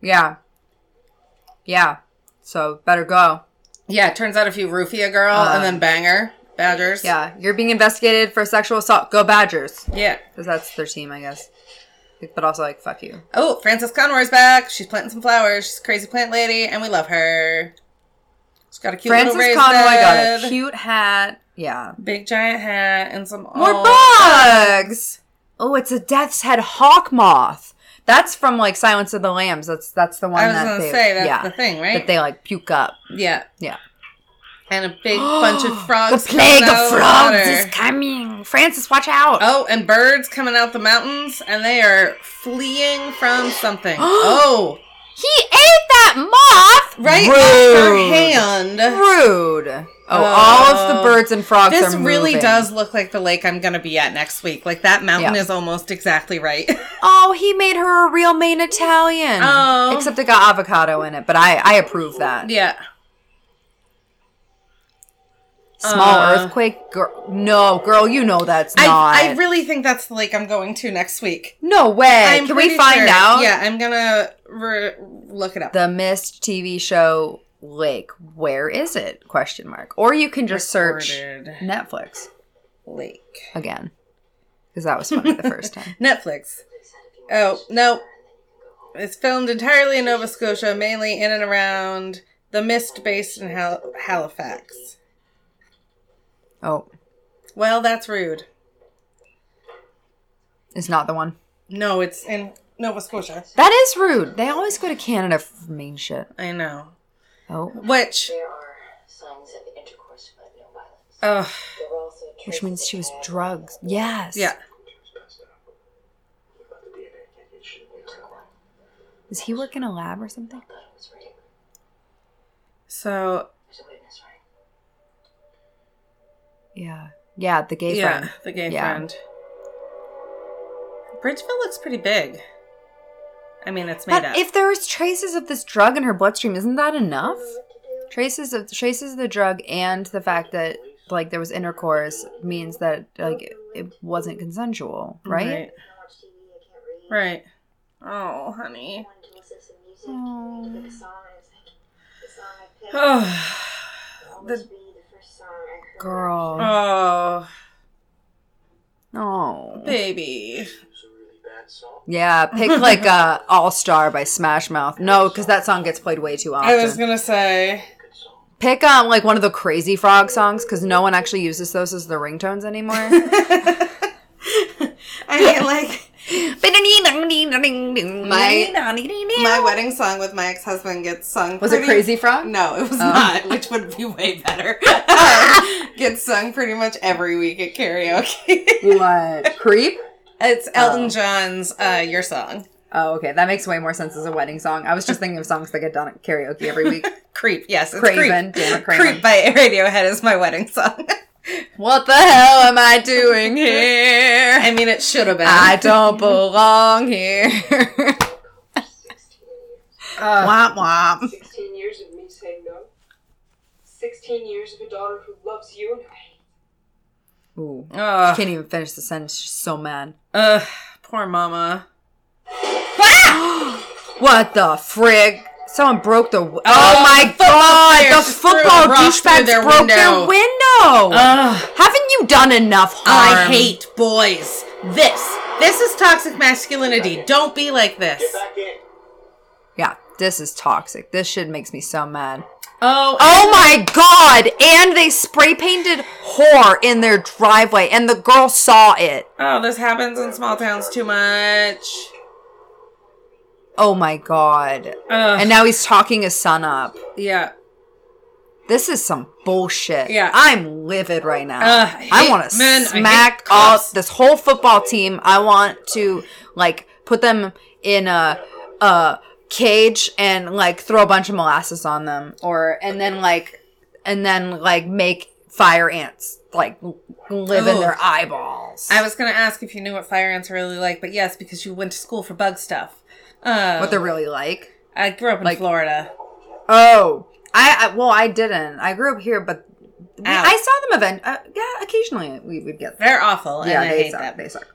Speaker 2: yeah, yeah. So better go.
Speaker 1: Yeah, it turns out if you roofie a girl and then bang her, Badgers.
Speaker 2: Um, Yeah, you're being investigated for sexual assault. Go Badgers,
Speaker 1: Yeah.
Speaker 2: because that's their team, I guess. But also, like, fuck you.
Speaker 1: Oh, Frances Conroy's back. She's planting some flowers. She's a crazy plant lady, and we love her. She's got a cute
Speaker 2: Francis
Speaker 1: little raised
Speaker 2: Conroy
Speaker 1: bed,
Speaker 2: got a cute hat. Yeah.
Speaker 1: big giant hat, and some
Speaker 2: More
Speaker 1: oh,
Speaker 2: bugs. Oh, it's a death's head hawk moth. That's from like Silence of the Lambs. That's that's the one
Speaker 1: I was
Speaker 2: that
Speaker 1: gonna
Speaker 2: they,
Speaker 1: say that's
Speaker 2: yeah,
Speaker 1: the thing, right?
Speaker 2: that they like puke up.
Speaker 1: yeah,
Speaker 2: Yeah.
Speaker 1: and a big bunch of frogs.
Speaker 3: The plague
Speaker 1: coming out
Speaker 3: of
Speaker 1: the
Speaker 3: frogs
Speaker 1: water.
Speaker 3: is coming. Francis, watch out.
Speaker 1: Oh, and birds coming out the mountains, and they are fleeing from something. oh,
Speaker 7: He ate that moth!
Speaker 1: Right
Speaker 2: Rude.
Speaker 1: off her hand. Oh.
Speaker 2: Rude. Oh, all of the birds and frogs
Speaker 1: This
Speaker 2: are
Speaker 1: really
Speaker 2: moving.
Speaker 1: does look like the lake I'm going to be at next week. Like that mountain
Speaker 2: Yeah.
Speaker 1: is almost exactly right.
Speaker 2: Oh, he made her a real main Italian.
Speaker 1: Oh.
Speaker 2: Except it got avocado in it, but I, I approve that.
Speaker 1: yeah.
Speaker 2: Small
Speaker 1: Uh.
Speaker 2: earthquake? Girl, no, girl, you know that's not.
Speaker 1: I, I really think that's the lake I'm going to next week.
Speaker 2: no way.
Speaker 1: I'm
Speaker 2: Can we
Speaker 1: pretty
Speaker 2: find
Speaker 1: sure.
Speaker 2: out?
Speaker 1: Yeah, I'm going to re- look it up.
Speaker 2: The Mist TV show Lake. Where is it? Question mark. Or you can just search
Speaker 1: Recorded
Speaker 2: Netflix
Speaker 1: lake.
Speaker 2: again. Because that was funny the first time.
Speaker 1: Netflix. Oh, no. It's filmed entirely in Nova Scotia, mainly in and around The Mist, based in Hal- Halifax.
Speaker 2: Oh,
Speaker 1: Well, that's rude.
Speaker 2: it's not the one.
Speaker 1: No, it's in Nova Scotia.
Speaker 2: That is rude. They always go to Canada for main shit.
Speaker 1: I know.
Speaker 2: Oh,
Speaker 1: Which,
Speaker 5: There are signs of intercourse, but no violence.
Speaker 1: oh,
Speaker 5: There were also
Speaker 2: which means she was drugged. Yes.
Speaker 1: yeah.
Speaker 4: She was passed out. What about the DNA? Can't get shit. We don't know.
Speaker 2: Does he work in a lab or something?
Speaker 1: So,
Speaker 2: Yeah. Yeah, the gay
Speaker 1: yeah,
Speaker 2: friend.
Speaker 1: the gay
Speaker 2: Yeah.
Speaker 1: friend. Bridgeville looks pretty big. I mean, it's made
Speaker 2: But
Speaker 1: up.
Speaker 2: if there's traces of this drug in her bloodstream, isn't that enough? Traces of traces of the drug and the fact that like there was intercourse means that like it wasn't consensual, right?
Speaker 1: Right. Oh, honey. Oh, the,
Speaker 2: Girl.
Speaker 1: oh,
Speaker 2: No.
Speaker 1: baby.
Speaker 4: It was a really bad song.
Speaker 2: Yeah, pick like a All Star by Smash Mouth. No, because that song gets played way too often.
Speaker 1: I was gonna say,
Speaker 4: Good song.
Speaker 2: pick um like one of the Crazy Frog songs because no one actually uses those as their ringtones anymore.
Speaker 1: I mean, like
Speaker 2: My
Speaker 1: my wedding song with my ex-husband gets sung.
Speaker 2: was it
Speaker 1: pretty-
Speaker 2: Crazy Oh. Frog?
Speaker 1: No, it was not. Which would be way better. gets sung pretty much every week at karaoke.
Speaker 2: What creep?
Speaker 1: it's Elton John's uh, "Your Song."
Speaker 2: Oh, okay, that makes way more sense as a wedding song. I was just thinking of songs that get done at karaoke every week.
Speaker 1: Creep, yes, it's
Speaker 2: Craven, damn it,
Speaker 1: Creep.
Speaker 2: Craven.
Speaker 1: Creep by Radiohead is my wedding song.
Speaker 2: what the hell am I doing here?
Speaker 1: I mean, it should have been.
Speaker 2: I don't belong here.
Speaker 1: womp womp.
Speaker 5: 16 years of me saying no. 16 years of a daughter who loves you and I
Speaker 2: Ooh,
Speaker 1: Ugh.
Speaker 2: can't even finish the sentence. She's so mad.
Speaker 1: Ugh, Uh, poor mama.
Speaker 2: What the frig? Someone broke the. Oh,
Speaker 1: the
Speaker 2: my
Speaker 1: Uh, football
Speaker 2: god!
Speaker 1: players
Speaker 2: The
Speaker 1: threw a
Speaker 2: football
Speaker 1: rock through
Speaker 2: douchebags
Speaker 1: their
Speaker 2: broke
Speaker 1: window.
Speaker 2: their
Speaker 1: Ugh,
Speaker 2: window.
Speaker 1: Um,
Speaker 2: Haven't you done enough harm?
Speaker 1: I hate boys. This, this is toxic masculinity. Don't be like this.
Speaker 4: Get back in.
Speaker 2: Yeah, this is toxic. This shit makes me so mad.
Speaker 1: Oh,
Speaker 2: Oh my god! And they spray painted whore in their driveway, and the girl saw it.
Speaker 1: oh, this happens in small towns too much.
Speaker 2: Oh my god.
Speaker 1: Ugh.
Speaker 2: And now he's talking his son up.
Speaker 1: Yeah.
Speaker 2: This is some bullshit.
Speaker 1: Yeah.
Speaker 2: I'm livid right now.
Speaker 1: Ugh, I
Speaker 2: I
Speaker 1: hate
Speaker 2: want to
Speaker 1: men. I hate
Speaker 2: smack all
Speaker 1: cops.
Speaker 2: this whole football team. I want to, like, put them in a. a cage and like throw a bunch of molasses on them or and then like and then like make fire ants like l- live in
Speaker 1: Ooh.
Speaker 2: their eyeballs
Speaker 1: I was gonna ask if you knew what fire ants are really like, but yes, because you went to school for bug stuff. Uh,
Speaker 2: what they're really like
Speaker 1: I grew up in
Speaker 2: like-
Speaker 1: Florida.
Speaker 2: oh I, I well i didn't i grew up here but we,
Speaker 1: Ow.
Speaker 2: i saw them event uh, yeah occasionally we would get
Speaker 1: They're awful, and
Speaker 2: yeah
Speaker 1: I
Speaker 2: they
Speaker 1: hate
Speaker 2: suck
Speaker 1: them.
Speaker 2: they suck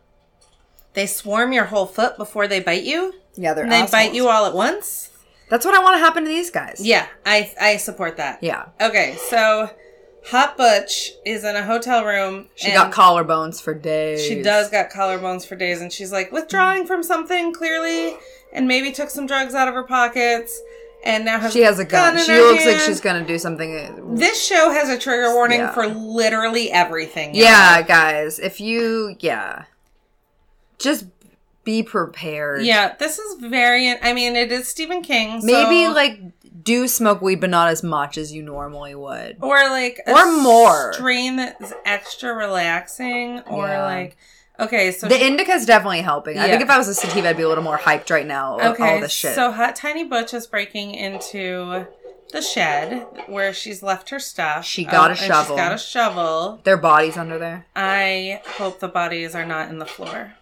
Speaker 1: They swarm your whole foot before they bite you,
Speaker 2: yeah they're
Speaker 1: and they bite
Speaker 2: assholes.
Speaker 1: you all at once.
Speaker 2: that's what i want to happen to these guys
Speaker 1: Yeah, I I support that.
Speaker 2: yeah
Speaker 1: Okay, so Hot Butch is in a hotel room.
Speaker 2: she
Speaker 1: and
Speaker 2: got collarbones for days
Speaker 1: She does got collarbones for days, and she's like withdrawing from something clearly, and maybe took some drugs out of her pockets, and now has
Speaker 2: she has a gun,
Speaker 1: in
Speaker 2: she
Speaker 1: her
Speaker 2: looks like
Speaker 1: hand.
Speaker 2: she's gonna do something
Speaker 1: This show has a trigger warning
Speaker 2: Yeah.
Speaker 1: for literally everything. y'all.
Speaker 2: Yeah, guys, if you yeah, just be prepared.
Speaker 1: Yeah, this is variant. I mean, it is Stephen King. so-
Speaker 2: maybe like do smoke weed, but not as much as you normally would.
Speaker 1: or like
Speaker 2: or more.
Speaker 1: strain that's extra relaxing, or
Speaker 2: Yeah.
Speaker 1: like Okay, so
Speaker 2: the indica's definitely helping. I think
Speaker 1: Yeah.
Speaker 2: if I was a sativa, I'd be a little more hyped right now. with
Speaker 1: okay,
Speaker 2: all this shit.
Speaker 1: so Hot Tiny Butch is breaking into the shed where she's left her stuff. Um,
Speaker 2: She got a
Speaker 1: and
Speaker 2: shovel.
Speaker 1: She's got a shovel.
Speaker 2: Their bodies under there.
Speaker 1: I hope the bodies are not in the floor.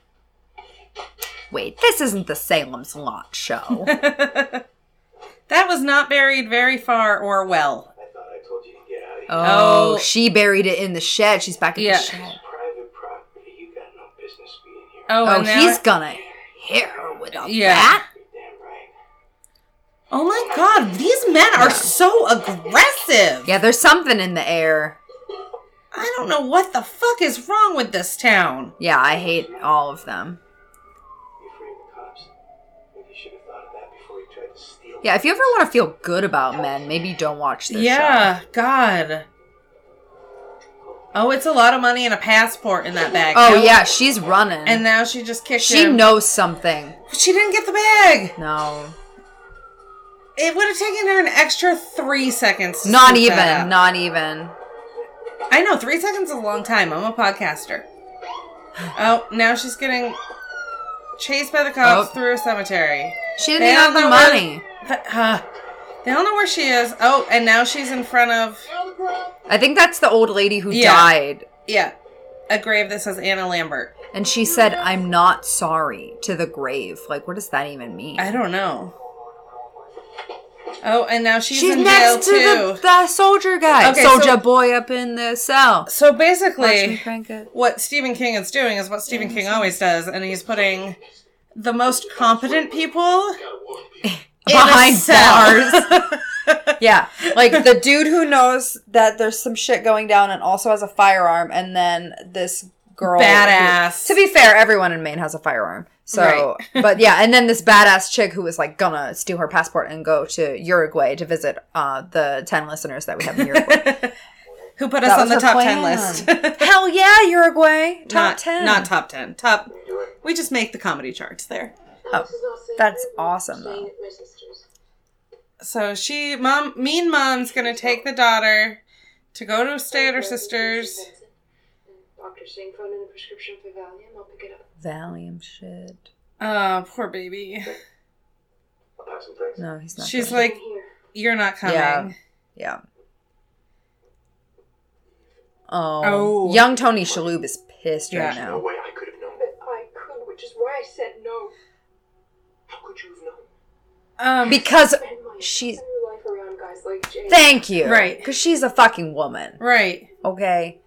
Speaker 2: Wait, this isn't the Salem's Lot show.
Speaker 1: that was not buried very far or well.
Speaker 4: I thought I told you to get out of here.
Speaker 2: oh,
Speaker 1: Oh.
Speaker 2: she buried it in the shed. She's back in
Speaker 1: Yeah.
Speaker 2: the shed.
Speaker 4: Private property. You got no business being here.
Speaker 1: Oh,
Speaker 2: Oh,
Speaker 1: and now-
Speaker 2: he's gonna hit her with a
Speaker 1: Yeah.
Speaker 2: bat.
Speaker 4: You're damn right.
Speaker 1: Oh my god, these men are so aggressive.
Speaker 2: Yeah, there's something in the air.
Speaker 1: I don't know what the fuck is wrong with this town.
Speaker 2: Yeah, I hate all of them.
Speaker 4: You freed the cops. Maybe you should have thought of that before you tried to steal.
Speaker 2: Yeah, if you ever want to feel good about men, maybe don't watch this show.
Speaker 1: yeah, god. Oh, it's a lot of money and a passport in that bag. Now-
Speaker 2: Oh yeah, she's running.
Speaker 1: And now she just kicked
Speaker 2: she
Speaker 1: him.
Speaker 2: knows something.
Speaker 1: She didn't get the bag.
Speaker 2: No.
Speaker 1: It would have taken her an extra three seconds. to
Speaker 2: Not
Speaker 1: scoop
Speaker 2: even.
Speaker 1: that up.
Speaker 2: Not even.
Speaker 1: I know three seconds is a long time. I'm a podcaster. Oh, now she's getting chased by the cops
Speaker 2: Oh.
Speaker 1: through a cemetery.
Speaker 2: She didn't
Speaker 1: They
Speaker 2: even have the
Speaker 1: don't know where-
Speaker 2: money.
Speaker 1: But, uh, they don't know where she is. Oh, and now she's in front of
Speaker 2: I think that's the old lady who
Speaker 1: Yeah.
Speaker 2: died.
Speaker 1: yeah a grave that says Anna Lambert.
Speaker 2: And she said, I'm not sorry to the grave. Like, what does that even mean?
Speaker 1: I don't know. Oh, and now she's,
Speaker 2: She's
Speaker 1: in jail
Speaker 2: next to
Speaker 1: too.
Speaker 2: the, the soldier guy.
Speaker 1: Okay,
Speaker 2: soldier
Speaker 1: so-
Speaker 2: boy up in the cell.
Speaker 1: so
Speaker 2: Watch me
Speaker 1: basically,
Speaker 2: crank it.
Speaker 1: what Stephen King is doing is what Stephen King always does, and he's putting the most competent people in a
Speaker 2: Behind
Speaker 1: cell.
Speaker 2: bars. Yeah. Like the dude who knows that there's some shit going down and also has a firearm, and then this girl.
Speaker 1: Badass.
Speaker 2: to be fair, everyone in Maine has a firearm. So, but yeah, and then this badass chick who was like gonna steal her passport and go to Uruguay to visit uh, the 10 listeners that we have in Uruguay.
Speaker 1: Who put
Speaker 2: That
Speaker 1: us on
Speaker 2: was
Speaker 1: the
Speaker 2: her
Speaker 1: top
Speaker 2: plan.
Speaker 1: ten list?
Speaker 2: Hell yeah, Uruguay. Top
Speaker 1: not,
Speaker 2: 10.
Speaker 1: Not top ten. Top.
Speaker 4: You're right.
Speaker 1: We just make the comedy charts there.
Speaker 2: Oh, that's awesome, though.
Speaker 1: So she, mom, mean mom's gonna take the daughter to go to stay at her sister's.
Speaker 5: Dr. Singh phone in a prescription for Valium. I'll pick it up.
Speaker 2: Valium shit.
Speaker 1: Oh, poor baby.
Speaker 4: I'll pass some things.
Speaker 2: No, he's not.
Speaker 1: She's
Speaker 2: good.
Speaker 1: like,
Speaker 5: Here.
Speaker 1: "You're not coming."
Speaker 2: Yeah. yeah. Oh.
Speaker 1: Oh.
Speaker 2: Young Tony Shalhoub is pissed right
Speaker 1: Yeah.
Speaker 4: No
Speaker 2: now.
Speaker 4: way I could have known that.
Speaker 5: But I could, which is why I said no.
Speaker 4: How could you have known?
Speaker 1: Um.
Speaker 2: Because
Speaker 5: Spend my
Speaker 2: She's-
Speaker 5: entire life around guys like Jay.
Speaker 2: thank you.
Speaker 1: Right.
Speaker 2: Cuz she's a fucking woman.
Speaker 1: right.
Speaker 2: Okay.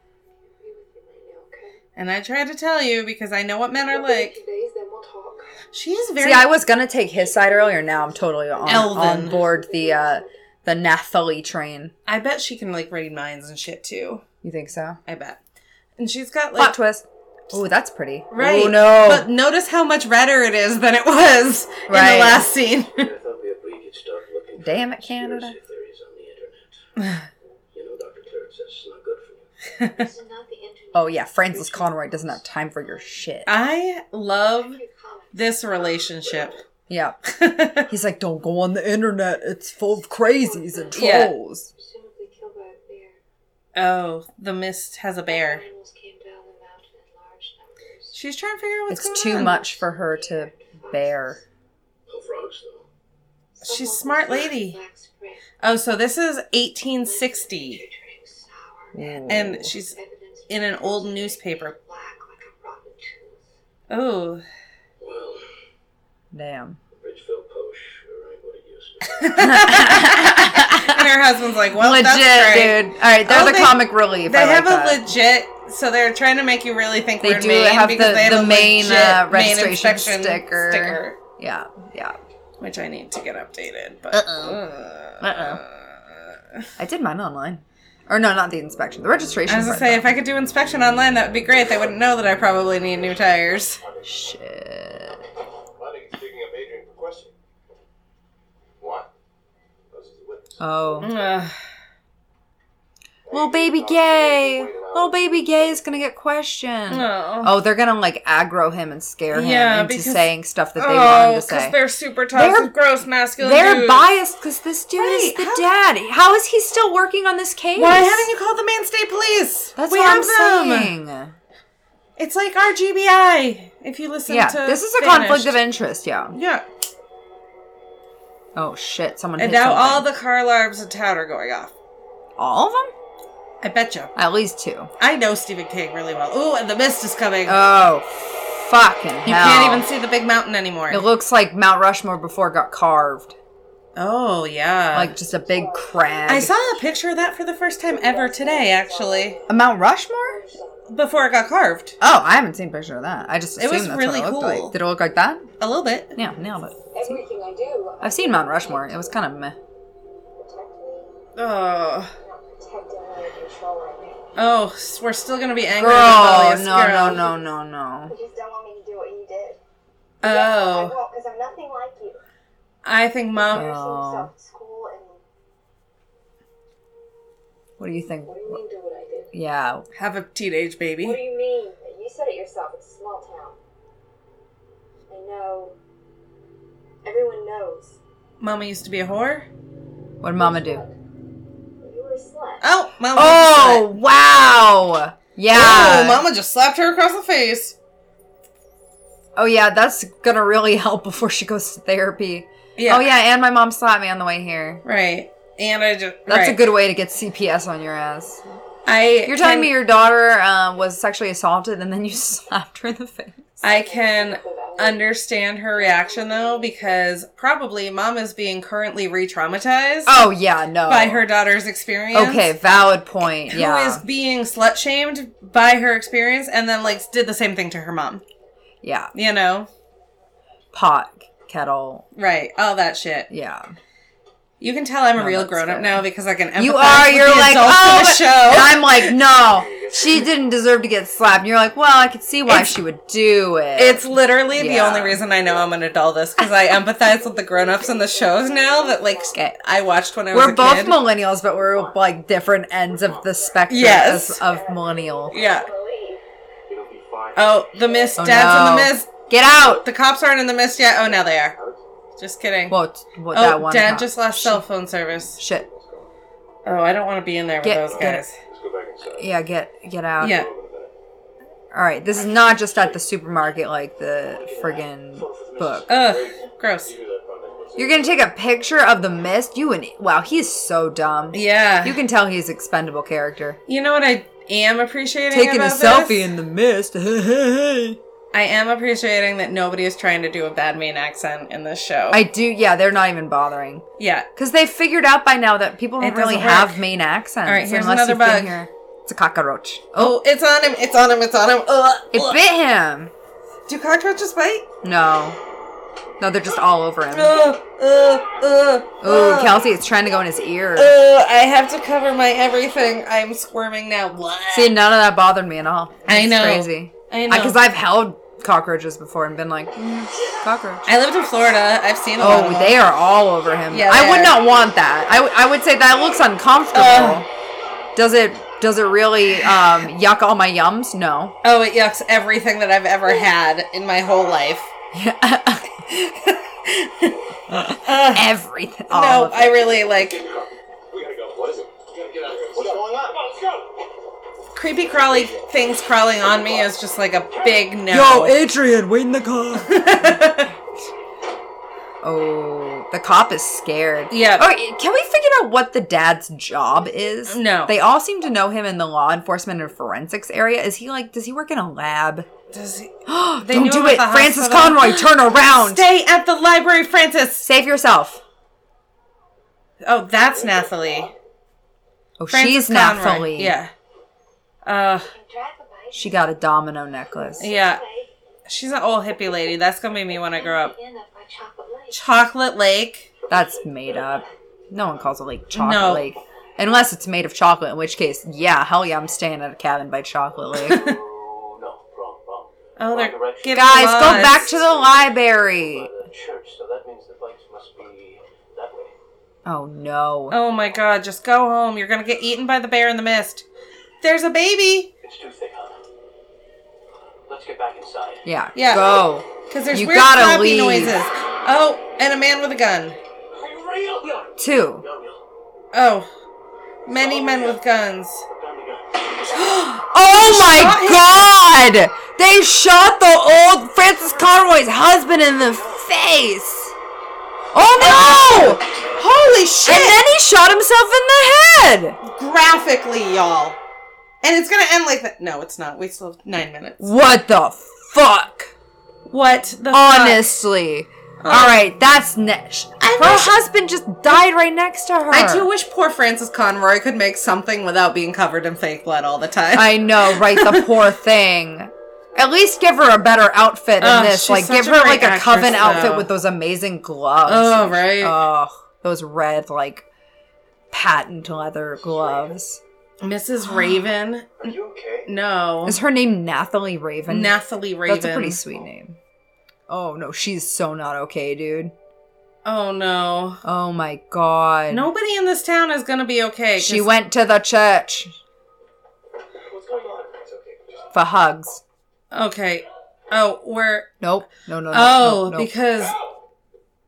Speaker 5: Be with me right now, okay?
Speaker 1: And I tried to tell you because I know what men are
Speaker 5: We'll wait a
Speaker 1: like.
Speaker 5: few days, then we'll talk.
Speaker 1: She's very.
Speaker 2: See, I was going to take his side earlier. Now I'm totally on, on
Speaker 1: Elven.
Speaker 2: board the uh the Nathalie train.
Speaker 1: I bet she can like read minds and shit too.
Speaker 2: You think so?
Speaker 1: I bet. And she's got
Speaker 2: Plot
Speaker 1: like
Speaker 2: twist. Oh, that's pretty.
Speaker 1: right.
Speaker 2: Oh no.
Speaker 1: But notice how much redder it is than it was in
Speaker 2: Right.
Speaker 1: the last scene.
Speaker 4: I thought we agreed you'd start looking for
Speaker 2: Damn it,
Speaker 4: conspiracy
Speaker 2: Canada.
Speaker 4: theories on the internet. you know, Dr. Clarence, that's not good for you.
Speaker 5: This is not the internet.
Speaker 2: oh yeah, Francis Conroy doesn't have time for your shit.
Speaker 1: I love
Speaker 5: You comment.
Speaker 1: this relationship.
Speaker 2: Yeah. He's like, don't go on the internet. It's full of crazies and
Speaker 1: Yeah.
Speaker 2: trolls.
Speaker 5: Presumably killed by a bear.
Speaker 1: oh, the mist has a bear.
Speaker 5: Animals came down the mountain in large numbers.
Speaker 1: She's trying to figure out what's
Speaker 2: It's
Speaker 1: going
Speaker 2: too
Speaker 1: on.
Speaker 2: much for her to bear.
Speaker 4: No frogs, though.
Speaker 1: She's
Speaker 5: Someone
Speaker 1: smart
Speaker 5: was
Speaker 1: lady.
Speaker 5: black spring.
Speaker 1: Oh, so this is 1860,
Speaker 5: Drink sour.
Speaker 1: and she's
Speaker 5: Evidence
Speaker 1: in an old newspaper.
Speaker 5: black like a rotten
Speaker 1: Oh,
Speaker 5: tooth.
Speaker 4: Well,
Speaker 2: Damn.
Speaker 4: Ridgeville Posh, all right, what it used to be.
Speaker 1: and her husband's like, "Well,
Speaker 2: legit,
Speaker 1: that's great.
Speaker 2: dude. All right, they're
Speaker 1: Oh,
Speaker 2: the
Speaker 1: they-
Speaker 2: comic relief.
Speaker 1: They
Speaker 2: I like
Speaker 1: have
Speaker 2: that.
Speaker 1: a legit. So they're trying to make you really think
Speaker 2: They
Speaker 1: we're in
Speaker 2: do
Speaker 1: Maine
Speaker 2: have
Speaker 1: because
Speaker 2: the-
Speaker 1: they have
Speaker 2: the
Speaker 1: a
Speaker 2: Maine,
Speaker 1: legit
Speaker 2: uh,
Speaker 1: Maine
Speaker 2: registration
Speaker 1: inspection
Speaker 2: sticker. Yeah, yeah.
Speaker 1: which I need to get updated. But uh,
Speaker 2: I did mine online. Or no, not the inspection. The registration.
Speaker 1: I was gonna
Speaker 2: part,
Speaker 1: say if I could do inspection online, that would be great. They wouldn't know that I probably need new tires.
Speaker 2: though. Shit.
Speaker 4: I think it's digging up Adrian for questioning. Why? Because he's a witness.
Speaker 2: Oh.
Speaker 1: Ugh.
Speaker 2: Little baby gay. Little baby gay is gonna get questioned.
Speaker 1: No.
Speaker 2: Oh, they're gonna like aggro him and scare him
Speaker 1: Yeah,
Speaker 2: into
Speaker 1: because-
Speaker 2: saying stuff that they want
Speaker 1: Oh,
Speaker 2: him to
Speaker 1: because
Speaker 2: say.
Speaker 1: they're super toxic, gross, masculine.
Speaker 2: They're
Speaker 1: dudes.
Speaker 2: biased because this dude is
Speaker 1: Right,
Speaker 2: the
Speaker 1: how-
Speaker 2: dad. How is he still working on this case?
Speaker 1: Why haven't you called the Maine State Police?
Speaker 2: That's
Speaker 1: we
Speaker 2: what
Speaker 1: have
Speaker 2: I'm
Speaker 1: them.
Speaker 2: saying.
Speaker 1: It's like RGBI. If you listen
Speaker 2: yeah,
Speaker 1: to
Speaker 2: this is a
Speaker 1: Banished.
Speaker 2: conflict of interest. Yeah.
Speaker 1: Yeah,
Speaker 2: Oh shit! Someone
Speaker 1: and
Speaker 2: hit
Speaker 1: now all
Speaker 2: something.
Speaker 1: the car alarms in town are going off.
Speaker 2: all of them.
Speaker 1: I bet you.
Speaker 2: At least two.
Speaker 1: I know Stephen King really well. Ooh, and the mist is coming.
Speaker 2: Oh, fucking hell!
Speaker 1: you can't even see the big mountain anymore.
Speaker 2: It looks like Mount Rushmore before it got carved,
Speaker 1: oh yeah.
Speaker 2: like just a big crag.
Speaker 1: I saw a picture of that for the first time ever today, actually.
Speaker 2: a Mount Rushmore.
Speaker 1: Before it got carved,
Speaker 2: Oh, I haven't seen a picture of that. I just
Speaker 1: It
Speaker 2: assumed
Speaker 1: was
Speaker 2: that's
Speaker 1: really
Speaker 2: what it looked
Speaker 1: cool.
Speaker 2: like. Did it look like that?
Speaker 1: a little bit.
Speaker 2: Yeah, nailed it.
Speaker 5: Everything I do, I
Speaker 2: I've seen Mount Rushmore. It was kind of meh.
Speaker 1: Oh,
Speaker 5: protect and I control right now.
Speaker 1: oh, s- we're still gonna be angry.
Speaker 2: Girl,
Speaker 1: rebellious
Speaker 2: no,
Speaker 1: girl.
Speaker 2: no, no, no, no.
Speaker 8: You just don't want me to do what you did. I
Speaker 1: Oh,
Speaker 8: won't, because I'm nothing like you.
Speaker 1: I think mom.
Speaker 8: Embarrassing
Speaker 2: Oh.
Speaker 8: yourself at school and
Speaker 2: What do you think?
Speaker 5: What do you mean do what I did?
Speaker 2: Yeah,
Speaker 1: Have a teenage
Speaker 8: What do
Speaker 1: baby.
Speaker 8: you mean? You said it yourself. It's a small town. I know. Everyone knows.
Speaker 1: Mama used to be a whore.
Speaker 2: what did Mama do?
Speaker 8: You were a slut.
Speaker 1: Oh, mama.
Speaker 2: Oh wow!
Speaker 1: Oh,
Speaker 2: Yeah.
Speaker 1: mama just slapped her across the face.
Speaker 2: Oh yeah, that's gonna really help before she goes to therapy.
Speaker 1: Yeah.
Speaker 2: Oh yeah, and my mom slapped me on the way here.
Speaker 1: Right. And I just.
Speaker 2: That's
Speaker 1: right.
Speaker 2: a good way to get CPS on your ass.
Speaker 1: I.
Speaker 2: You're telling
Speaker 1: can-
Speaker 2: me your daughter uh, was sexually assaulted and then you slapped her in the face.
Speaker 1: I can understand her reaction though, because probably mom is being currently re-traumatized
Speaker 2: Oh yeah, no.
Speaker 1: by her daughter's experience.
Speaker 2: Okay, valid point.
Speaker 1: Who is
Speaker 2: yeah.
Speaker 1: being slut shamed by her experience, and then like did the same thing to her mom.
Speaker 2: yeah.
Speaker 1: You know,
Speaker 2: Pot kettle.
Speaker 1: right? All that shit.
Speaker 2: Yeah.
Speaker 1: You can tell I'm a
Speaker 2: No,
Speaker 1: real
Speaker 2: that's
Speaker 1: grown up
Speaker 2: fair.
Speaker 1: now because I can. Empathize
Speaker 2: you are.
Speaker 1: With
Speaker 2: You're
Speaker 1: the
Speaker 2: like,
Speaker 1: adults
Speaker 2: oh,
Speaker 1: in the
Speaker 2: but-"
Speaker 1: show.
Speaker 2: And I'm like, no, she didn't deserve to get slapped. And you're like, well, I could see why
Speaker 1: It's-
Speaker 2: she would do it.
Speaker 1: It's literally the
Speaker 2: Yeah.
Speaker 1: only reason I know I'm an adult is because I empathize with the grown ups in the shows now that like
Speaker 2: Okay.
Speaker 1: I watched when I was
Speaker 2: we're
Speaker 1: a
Speaker 2: both
Speaker 1: kid.
Speaker 2: millennials, but we're like different ends of the spectrum
Speaker 1: Yes.
Speaker 2: as- of millennial.
Speaker 1: yeah.
Speaker 4: It'll be fine.
Speaker 1: Oh, the mist.
Speaker 2: Oh,
Speaker 1: Dad's
Speaker 2: no.
Speaker 1: in the mist.
Speaker 2: Get out.
Speaker 1: The cops aren't in the mist yet. Oh, now they are. Just kidding.
Speaker 2: Well, it's- what
Speaker 1: oh,
Speaker 2: that one.
Speaker 1: Dad
Speaker 2: time.
Speaker 1: just lost cell phone service.
Speaker 2: Shit.
Speaker 1: Oh, I don't want to be in there with
Speaker 2: Get-
Speaker 1: those
Speaker 2: get-
Speaker 1: guys.
Speaker 4: Let's go back inside.
Speaker 2: Yeah, get get out.
Speaker 1: Yeah.
Speaker 2: All right, this is not just at the supermarket like the friggin' book.
Speaker 1: Ugh, gross.
Speaker 2: You're gonna take a picture of the mist. You and wow, he's so dumb.
Speaker 1: Yeah.
Speaker 2: You
Speaker 1: You,
Speaker 2: can tell he's expendable character.
Speaker 1: know what I am appreciating
Speaker 2: Taking a
Speaker 1: about
Speaker 2: selfie
Speaker 1: this?
Speaker 2: in the mist.
Speaker 1: I am appreciating that nobody is trying to do a bad Maine accent in this show.
Speaker 2: I do. Yeah, they're not even bothering
Speaker 1: yeah.
Speaker 2: because they figured out by now that people don't
Speaker 1: It
Speaker 2: really
Speaker 1: doesn't work.
Speaker 2: have main accents.
Speaker 1: All right, here's
Speaker 2: unless
Speaker 1: another
Speaker 2: you've
Speaker 1: bug.
Speaker 2: been here. It's a cockroach.
Speaker 1: Oh, it's on him. It's on him. It's on him. Ugh.
Speaker 2: It bit him.
Speaker 1: Do cockroaches bite?
Speaker 2: No, no, they're just all over him.
Speaker 1: Ugh, ugh, ugh.
Speaker 2: Ooh, Kelsey, it's trying to go in his ear.
Speaker 1: Ugh, I have to cover my everything. I'm squirming now. Blah.
Speaker 2: See, none of that bothered me at all.
Speaker 1: I
Speaker 2: It's
Speaker 1: know.
Speaker 2: crazy.
Speaker 1: I know.
Speaker 2: Because I've held cockroaches before and been like, "Mm, cockroach.
Speaker 1: I lived in Florida. I've seen a lot
Speaker 2: Oh,
Speaker 1: of them.
Speaker 2: they are all over him.
Speaker 1: Yeah,
Speaker 2: I
Speaker 1: they
Speaker 2: would
Speaker 1: are.
Speaker 2: not want that. I, w- I would say that looks uncomfortable. does it does it really um, yuck all my yums? No.
Speaker 1: Oh, it yucks everything that I've ever had in my whole life.
Speaker 2: Everything. all
Speaker 1: no,
Speaker 2: of it.
Speaker 1: I really like
Speaker 4: We gotta go. What is it? We gotta get out of here. What's going on? Let's go.
Speaker 1: creepy crawly things crawling on me is just like a big no.
Speaker 2: Adrian, wait in the car. oh, the cop is scared.
Speaker 1: Yeah.
Speaker 2: Oh, can we figure out what the dad's job is?
Speaker 1: No.
Speaker 2: They all seem to know him in the law enforcement and forensics area. Is he like? Does he work in a lab?
Speaker 1: Does he- They knew
Speaker 2: Don't do
Speaker 1: him at
Speaker 2: it,
Speaker 1: the
Speaker 2: Francis
Speaker 1: hospital.
Speaker 2: Conroy. Turn around.
Speaker 1: Stay at the library, Francis.
Speaker 2: Save yourself.
Speaker 1: Oh, that's Nathalie.
Speaker 2: Oh,
Speaker 1: Francis
Speaker 2: she's
Speaker 1: Conroy.
Speaker 2: Nathalie.
Speaker 1: Yeah.
Speaker 8: Drive a
Speaker 1: Uh,
Speaker 8: bike.
Speaker 2: She got a domino necklace.
Speaker 1: yeah. She's an old hippie lady. That's gonna be me when I grow up.
Speaker 8: End up by chocolate lake.
Speaker 1: Chocolate Lake.
Speaker 2: That's made up. No one calls a lake chocolate
Speaker 1: No.
Speaker 2: lake. Unless it's made of chocolate, in which case, yeah, hell yeah, I'm staying at a cabin by chocolate lake.
Speaker 4: Oh, no. Wrong, wrong.
Speaker 1: Oh, they're getting
Speaker 2: Guys, go
Speaker 1: lost.
Speaker 2: back to the library.
Speaker 4: By the church, so that means the bikes must be that way.
Speaker 2: Oh no.
Speaker 1: Oh my god, just go home. You're gonna get eaten by the bear in the mist. There's a baby!
Speaker 4: It's too thick, huh? Let's get back inside.
Speaker 2: Yeah.
Speaker 1: Yeah.
Speaker 2: Go.
Speaker 1: Because there's
Speaker 2: You
Speaker 1: weird
Speaker 2: gotta
Speaker 1: flappy
Speaker 2: leave.
Speaker 1: noises. Oh, and a man with a gun.
Speaker 4: Are you real? No.
Speaker 2: Two.
Speaker 4: No, no.
Speaker 1: Oh. Many men with guns.
Speaker 4: Put down the gun.
Speaker 2: Oh my god! They shot the old Francis Conroy's husband in the face. Oh no!
Speaker 9: Holy shit!
Speaker 2: And then he shot himself in the head.
Speaker 1: Graphically, y'all. And it's gonna end like that. No, it's not. We still have nine minutes.
Speaker 2: What the fuck?
Speaker 1: What the
Speaker 2: Honestly. All right, that's Nesh. Her husband just died right next to her.
Speaker 1: I do wish poor Francis Conroy could make something without being covered in fake blood all the time.
Speaker 2: I know, right? The poor thing. At least give her a better outfit in
Speaker 1: Ugh,
Speaker 2: this.
Speaker 1: she's
Speaker 2: Like,
Speaker 1: such
Speaker 2: give
Speaker 1: a
Speaker 2: her
Speaker 1: great
Speaker 2: like a
Speaker 1: actress,
Speaker 2: coven
Speaker 1: though.
Speaker 2: outfit with those amazing gloves.
Speaker 1: oh right.
Speaker 2: Oh, those red like patent leather gloves.
Speaker 1: Mrs. Raven.
Speaker 10: Are you okay?
Speaker 1: No.
Speaker 2: Is her name Nathalie Raven?
Speaker 1: Nathalie Raven.
Speaker 2: That's a pretty sweet name. Oh no, she's so not okay, dude.
Speaker 1: Oh no.
Speaker 2: Oh my god.
Speaker 1: Nobody in this town is gonna be okay. 'cause-
Speaker 2: She went to the church
Speaker 10: What's going on? It's okay. Just
Speaker 2: for hugs.
Speaker 1: Okay. Oh, we're.
Speaker 2: Nope. No, no, no.
Speaker 1: Oh,
Speaker 2: no, no.
Speaker 1: because.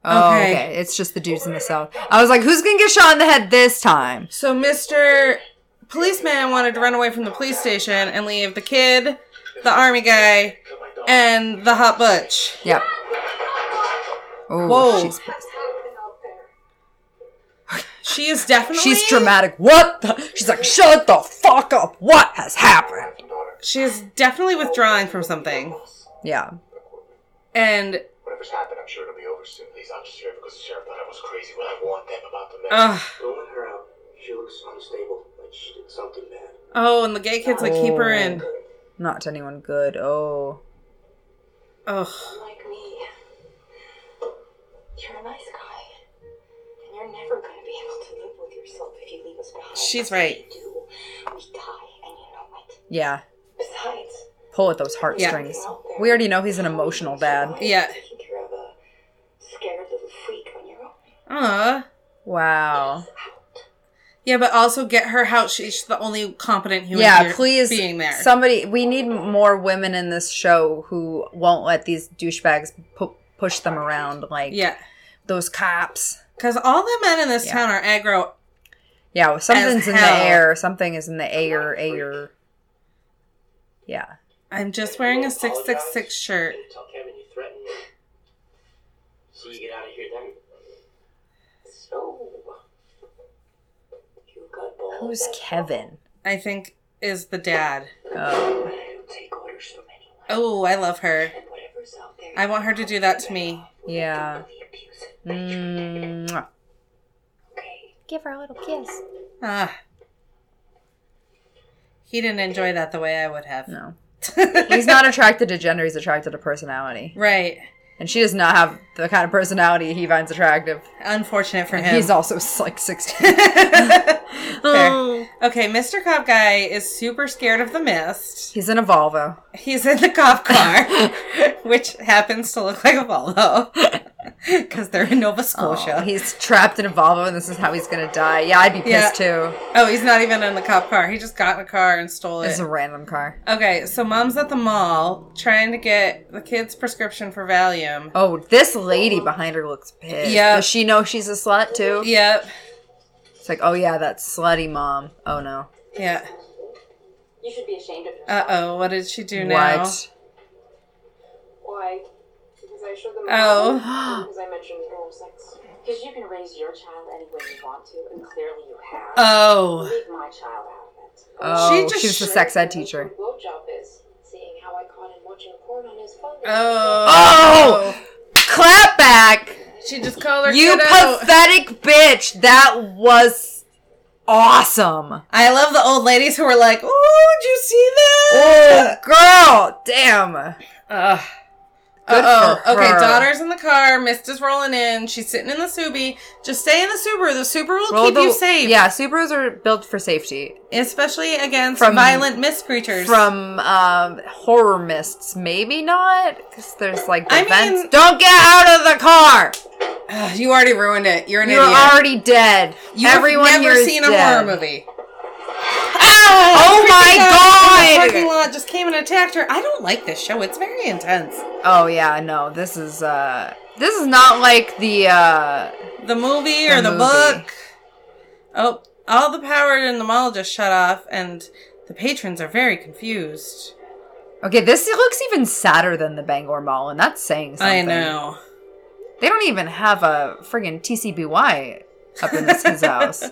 Speaker 2: Oh,
Speaker 1: okay.
Speaker 2: okay. It's just the dudes in the cell. I was like, who's gonna get shot in the head this time?
Speaker 1: So, Mr. Policeman wanted to run away from the police station and leave the kid, the army guy, and the hot butch.
Speaker 2: Yep. Oh,
Speaker 1: Whoa.
Speaker 2: she's pissed.
Speaker 1: She is definitely.
Speaker 2: She's dramatic. What the? She's like, shut the fuck up. What has happened?
Speaker 1: She is definitely withdrawing from something.
Speaker 2: Yeah.
Speaker 1: And.
Speaker 10: Whatever's happened, I'm sure it'll be over soon. Please, I'm just here because the sheriff thought I was crazy when I warned them about the man.
Speaker 1: Ugh.
Speaker 4: Don't let her out. She looks unstable, like she did something bad.
Speaker 1: Oh, and the gay kids like keep her in.
Speaker 2: Not to anyone good. Oh.
Speaker 1: Ugh.
Speaker 5: Like me. You're a nice guy. And you're never going to be able to live with yourself if you leave us behind.
Speaker 1: She's right.
Speaker 5: We do. We die, and you know it.
Speaker 2: Yeah.
Speaker 5: Besides,
Speaker 2: Pull at those heartstrings. We already know he's an emotional dad.
Speaker 1: Yeah.
Speaker 5: taking care of a scared little freak on your own.
Speaker 1: Aw.
Speaker 2: Wow.
Speaker 1: Yeah, but also get her how she's the only competent human
Speaker 2: Yeah,
Speaker 1: here
Speaker 2: please.
Speaker 1: being there.
Speaker 2: Somebody, we need more women in this show who won't let these douchebags pu- push them around like
Speaker 1: yeah.
Speaker 2: those cops.
Speaker 1: Because all the men in this
Speaker 2: Yeah.
Speaker 1: town are aggro.
Speaker 2: Yeah, well, something's in the
Speaker 1: hell.
Speaker 2: air. Something is in the air, air. Yeah.
Speaker 1: I'm just wearing a 666 shirt.
Speaker 4: You tell Kevin you threatened me. See you get out of here then.
Speaker 11: So, you got balls.
Speaker 2: Who's Kevin?
Speaker 1: I think is the dad.
Speaker 2: Oh.
Speaker 11: I don't take orders from anyone.
Speaker 1: Oh, I love her.
Speaker 11: And whatever's out there,
Speaker 1: I want her to do that to me.
Speaker 2: Yeah.
Speaker 11: we abuse it.
Speaker 2: Mm.
Speaker 11: Okay.
Speaker 12: Give her a little kiss.
Speaker 1: Ah. He didn't enjoy that the way I would have.
Speaker 2: No. He's not attracted to gender, he's attracted to personality.
Speaker 1: right.
Speaker 2: And she does not have the kind of personality he finds attractive.
Speaker 1: Unfortunate for
Speaker 2: And
Speaker 1: him.
Speaker 2: he's also like 16. Oh.
Speaker 1: Fair. Okay, Mr. Cop Guy is super scared of the mist.
Speaker 2: he's in a Volvo.
Speaker 1: He's in the cop car, which happens to look like a Volvo, because they're in Nova Scotia.
Speaker 2: Oh, he's trapped in a Volvo and this is how he's gonna die. Yeah, I'd be pissed too.
Speaker 1: Oh, he's not even in the cop car. He just got in a car and stole it.
Speaker 2: This is a random car.
Speaker 1: okay, so mom's at the mall trying to get the kid's prescription for Valium.
Speaker 2: Oh, this lady behind her looks pissed.
Speaker 1: Yeah.
Speaker 2: Does she know she's a slut too?
Speaker 1: Yep.
Speaker 2: It's like, oh yeah, that slutty mom. Oh no.
Speaker 1: Yeah.
Speaker 5: You should be ashamed of yourself.
Speaker 1: Uh oh, what did she do now?
Speaker 2: What?
Speaker 5: Why? Because I showed them.
Speaker 1: Oh.
Speaker 5: all, Because I mentioned oral sex. Because you can raise your child any way you want to, and clearly you have.
Speaker 1: Oh.
Speaker 5: Leave my child out of it.
Speaker 2: Oh,
Speaker 1: She
Speaker 2: she,
Speaker 1: just
Speaker 2: was the sex ed teacher.
Speaker 5: Blowjob is seeing how I caught him watching porn on his phone.
Speaker 2: Oh! Clap back!
Speaker 1: She just called her
Speaker 2: You
Speaker 1: kid out.
Speaker 2: pathetic bitch! That was awesome.
Speaker 1: I love the old ladies who were like, "Oh, did you see
Speaker 2: Oh,
Speaker 1: that?"
Speaker 2: girl, damn.
Speaker 1: Ugh.
Speaker 2: Good
Speaker 1: Uh
Speaker 2: for
Speaker 1: oh. Okay,
Speaker 2: her.
Speaker 1: daughter's in the car. Mist is rolling in. She's sitting in the Subi. Just stay in the Subaru. The Subaru will
Speaker 2: Roll
Speaker 1: keep
Speaker 2: the-
Speaker 1: you safe.
Speaker 2: Yeah, Subarus are built for safety
Speaker 1: Especially against
Speaker 2: From-
Speaker 1: violent mist creatures.
Speaker 2: from um, horror mists. Maybe not, because there's like the
Speaker 1: I mean-
Speaker 2: vents. Don't get out of the car.
Speaker 1: Ugh, you already ruined it. You're an
Speaker 2: You're
Speaker 1: idiot.
Speaker 2: already dead.
Speaker 1: you
Speaker 2: Everyone
Speaker 1: have
Speaker 2: here
Speaker 1: never
Speaker 2: is
Speaker 1: seen a horror
Speaker 2: dead.
Speaker 1: movie.
Speaker 2: Oh
Speaker 1: The
Speaker 2: my
Speaker 1: parking
Speaker 2: god!
Speaker 1: lot just came and attacked her. I don't like this show. It's very intense.
Speaker 2: Oh yeah, no, this is uh, this is not like the uh,
Speaker 1: The movie
Speaker 2: The
Speaker 1: or the
Speaker 2: movie.
Speaker 1: book. Oh, all the power in the mall just shut off, and the patrons are very confused.
Speaker 2: Okay, this looks even sadder than the Bangor Mall, and that's saying something.
Speaker 1: I know.
Speaker 2: They don't even have a friggin' TCBY up in this his house.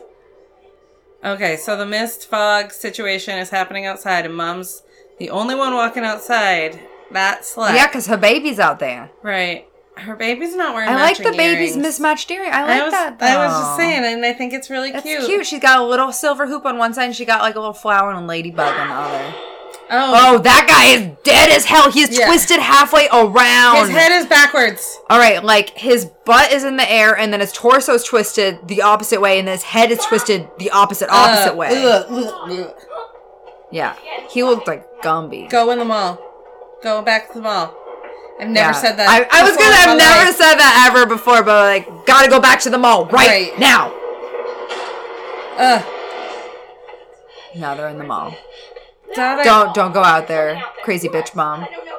Speaker 1: Okay, so the mist fog situation is happening outside, and mom's the only one walking outside. That's slack.
Speaker 2: Yeah, because her baby's out there.
Speaker 1: Right. Her baby's not wearing
Speaker 2: I like
Speaker 1: matching
Speaker 2: the baby's
Speaker 1: earrings.
Speaker 2: mismatched earring. I like
Speaker 1: I was,
Speaker 2: that.
Speaker 1: I was just
Speaker 2: though.
Speaker 1: saying, and I think it's really
Speaker 2: That's
Speaker 1: cute.
Speaker 2: cute. She's got a little silver hoop on one side, and she got like a little flower and a ladybug on the other.
Speaker 1: Oh,
Speaker 2: Oh, that guy is dead as hell. He's
Speaker 1: Yeah.
Speaker 2: twisted halfway around.
Speaker 1: his head is backwards.
Speaker 2: All right, like his butt is in the air, and then his torso is twisted the opposite way, and his head is twisted the opposite opposite
Speaker 1: Uh,
Speaker 2: way.
Speaker 1: ugh, ugh, ugh.
Speaker 2: Yeah, he looked like Gumby.
Speaker 1: Go in the mall. Go back to the mall. I've never
Speaker 2: Yeah.
Speaker 1: said that.
Speaker 2: I, I was
Speaker 1: before
Speaker 2: gonna.
Speaker 1: in
Speaker 2: I've
Speaker 1: my
Speaker 2: never
Speaker 1: life.
Speaker 2: said that ever before, but like, gotta go back to the mall right,
Speaker 1: Right.
Speaker 2: now.
Speaker 1: Ugh.
Speaker 2: Now they're in the mall.
Speaker 1: Dada-
Speaker 2: Don't don't go out there, crazy bitch mom.
Speaker 5: I don't know,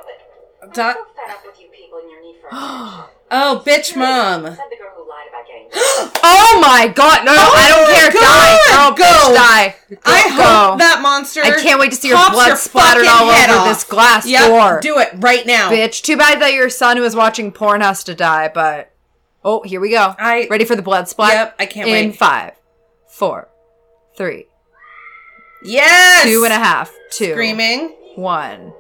Speaker 5: but
Speaker 1: da-
Speaker 5: I'm so fed up with you people and your need for attention.
Speaker 1: oh, bitch, mom.
Speaker 5: Said the girl who lied about getting.
Speaker 2: Oh my god! No, no, I don't
Speaker 1: Oh my
Speaker 2: care.
Speaker 1: God!
Speaker 2: Die, girl,
Speaker 1: Go.
Speaker 2: bitch, die.
Speaker 1: I
Speaker 2: Go,
Speaker 1: hope
Speaker 2: go.
Speaker 1: that monster.
Speaker 2: I can't wait to see your
Speaker 1: pops
Speaker 2: blood splattered
Speaker 1: fucking
Speaker 2: all
Speaker 1: head
Speaker 2: over
Speaker 1: off.
Speaker 2: this glass
Speaker 1: Yep,
Speaker 2: door.
Speaker 1: Do it right now.
Speaker 2: bitch. Too bad that your son who was watching porn has to die, but oh, here we go.
Speaker 1: I-
Speaker 2: ready for the blood splat.
Speaker 1: Yep, I can't
Speaker 2: In
Speaker 1: wait.
Speaker 2: five, four, three,
Speaker 1: Yes.
Speaker 2: two and a half, two,
Speaker 1: Screaming.
Speaker 2: one,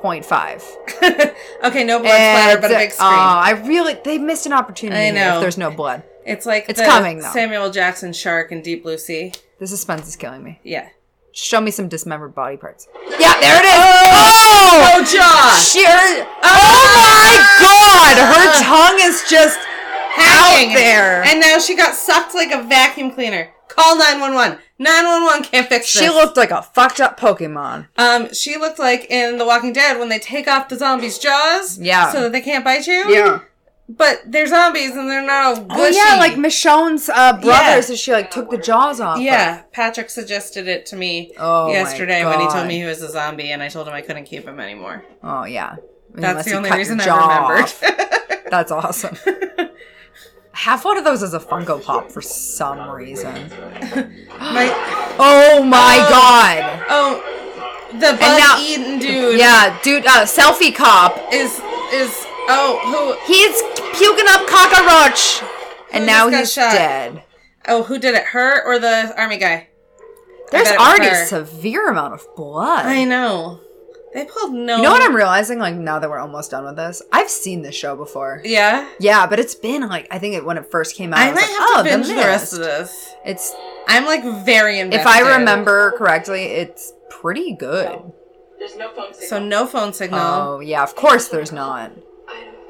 Speaker 2: point five.
Speaker 1: okay, no blood splatter,
Speaker 2: And,
Speaker 1: but a big
Speaker 2: oh,
Speaker 1: scream.
Speaker 2: I really they missed an opportunity.
Speaker 1: I
Speaker 2: here
Speaker 1: know.
Speaker 2: If there's no blood,
Speaker 1: it's like
Speaker 2: it's
Speaker 1: the
Speaker 2: coming, though.
Speaker 1: Samuel Jackson shark in Deep Blue Sea.
Speaker 2: the suspense is killing me.
Speaker 1: Yeah.
Speaker 2: Show me some dismembered body parts. Yeah, there it is. Oh,
Speaker 1: Oh, Josh.
Speaker 2: she, her, oh my god,
Speaker 1: Uh.
Speaker 2: her tongue is just out there.
Speaker 1: And now she got sucked like a vacuum cleaner. Call 911. 911 can't fix this.
Speaker 2: She looked like a fucked up Pokemon.
Speaker 1: um she looked like in The Walking Dead when they take off the zombies' jaws
Speaker 2: Yeah.
Speaker 1: so that they can't bite you. But they're zombies and they're not all gushy.
Speaker 2: Oh yeah, like Michonne's uh, brother.
Speaker 1: Yeah.
Speaker 2: So she like took the jaws off. her.
Speaker 1: Yeah, Patrick suggested it to me
Speaker 2: Oh, my
Speaker 1: yesterday when he
Speaker 2: God.
Speaker 1: told me he was a zombie, and I told him I couldn't keep him anymore.
Speaker 2: Oh yeah.
Speaker 1: That's
Speaker 2: Unless
Speaker 1: the
Speaker 2: you
Speaker 1: only
Speaker 2: cut
Speaker 1: reason
Speaker 2: your
Speaker 1: I
Speaker 2: jaw off.
Speaker 1: remembered.
Speaker 2: That's awesome. Have one of those as a Funko Pop for some reason.
Speaker 1: My-
Speaker 2: Oh my god.
Speaker 1: oh, the bug
Speaker 2: now-
Speaker 1: eating dude
Speaker 2: Yeah, dude. Uh, selfie cop.
Speaker 1: is is oh who
Speaker 2: He's puking up cockroach, and
Speaker 1: Who just
Speaker 2: now
Speaker 1: got
Speaker 2: he's
Speaker 1: shot?
Speaker 2: dead.
Speaker 1: oh who did it? Her or the army guy?
Speaker 2: There's
Speaker 1: bet it was
Speaker 2: already
Speaker 1: her.
Speaker 2: a severe amount of blood.
Speaker 1: I know. They pulled no.
Speaker 2: You know what I'm realizing? Like now that we're almost done with this, I've seen this show before.
Speaker 1: Yeah,
Speaker 2: Yeah, but it's been like I think it, when it first came out,
Speaker 1: I
Speaker 2: was
Speaker 1: might
Speaker 2: like,
Speaker 1: have
Speaker 2: oh,
Speaker 1: to binge the, rest of
Speaker 2: Mist.
Speaker 1: this.
Speaker 2: It's
Speaker 1: I'm like very invested.
Speaker 2: if I remember correctly, it's pretty good.
Speaker 13: There's no phone
Speaker 1: So
Speaker 13: signal.
Speaker 1: no phone signal.
Speaker 2: Oh yeah, of course there's not.
Speaker 5: I don't.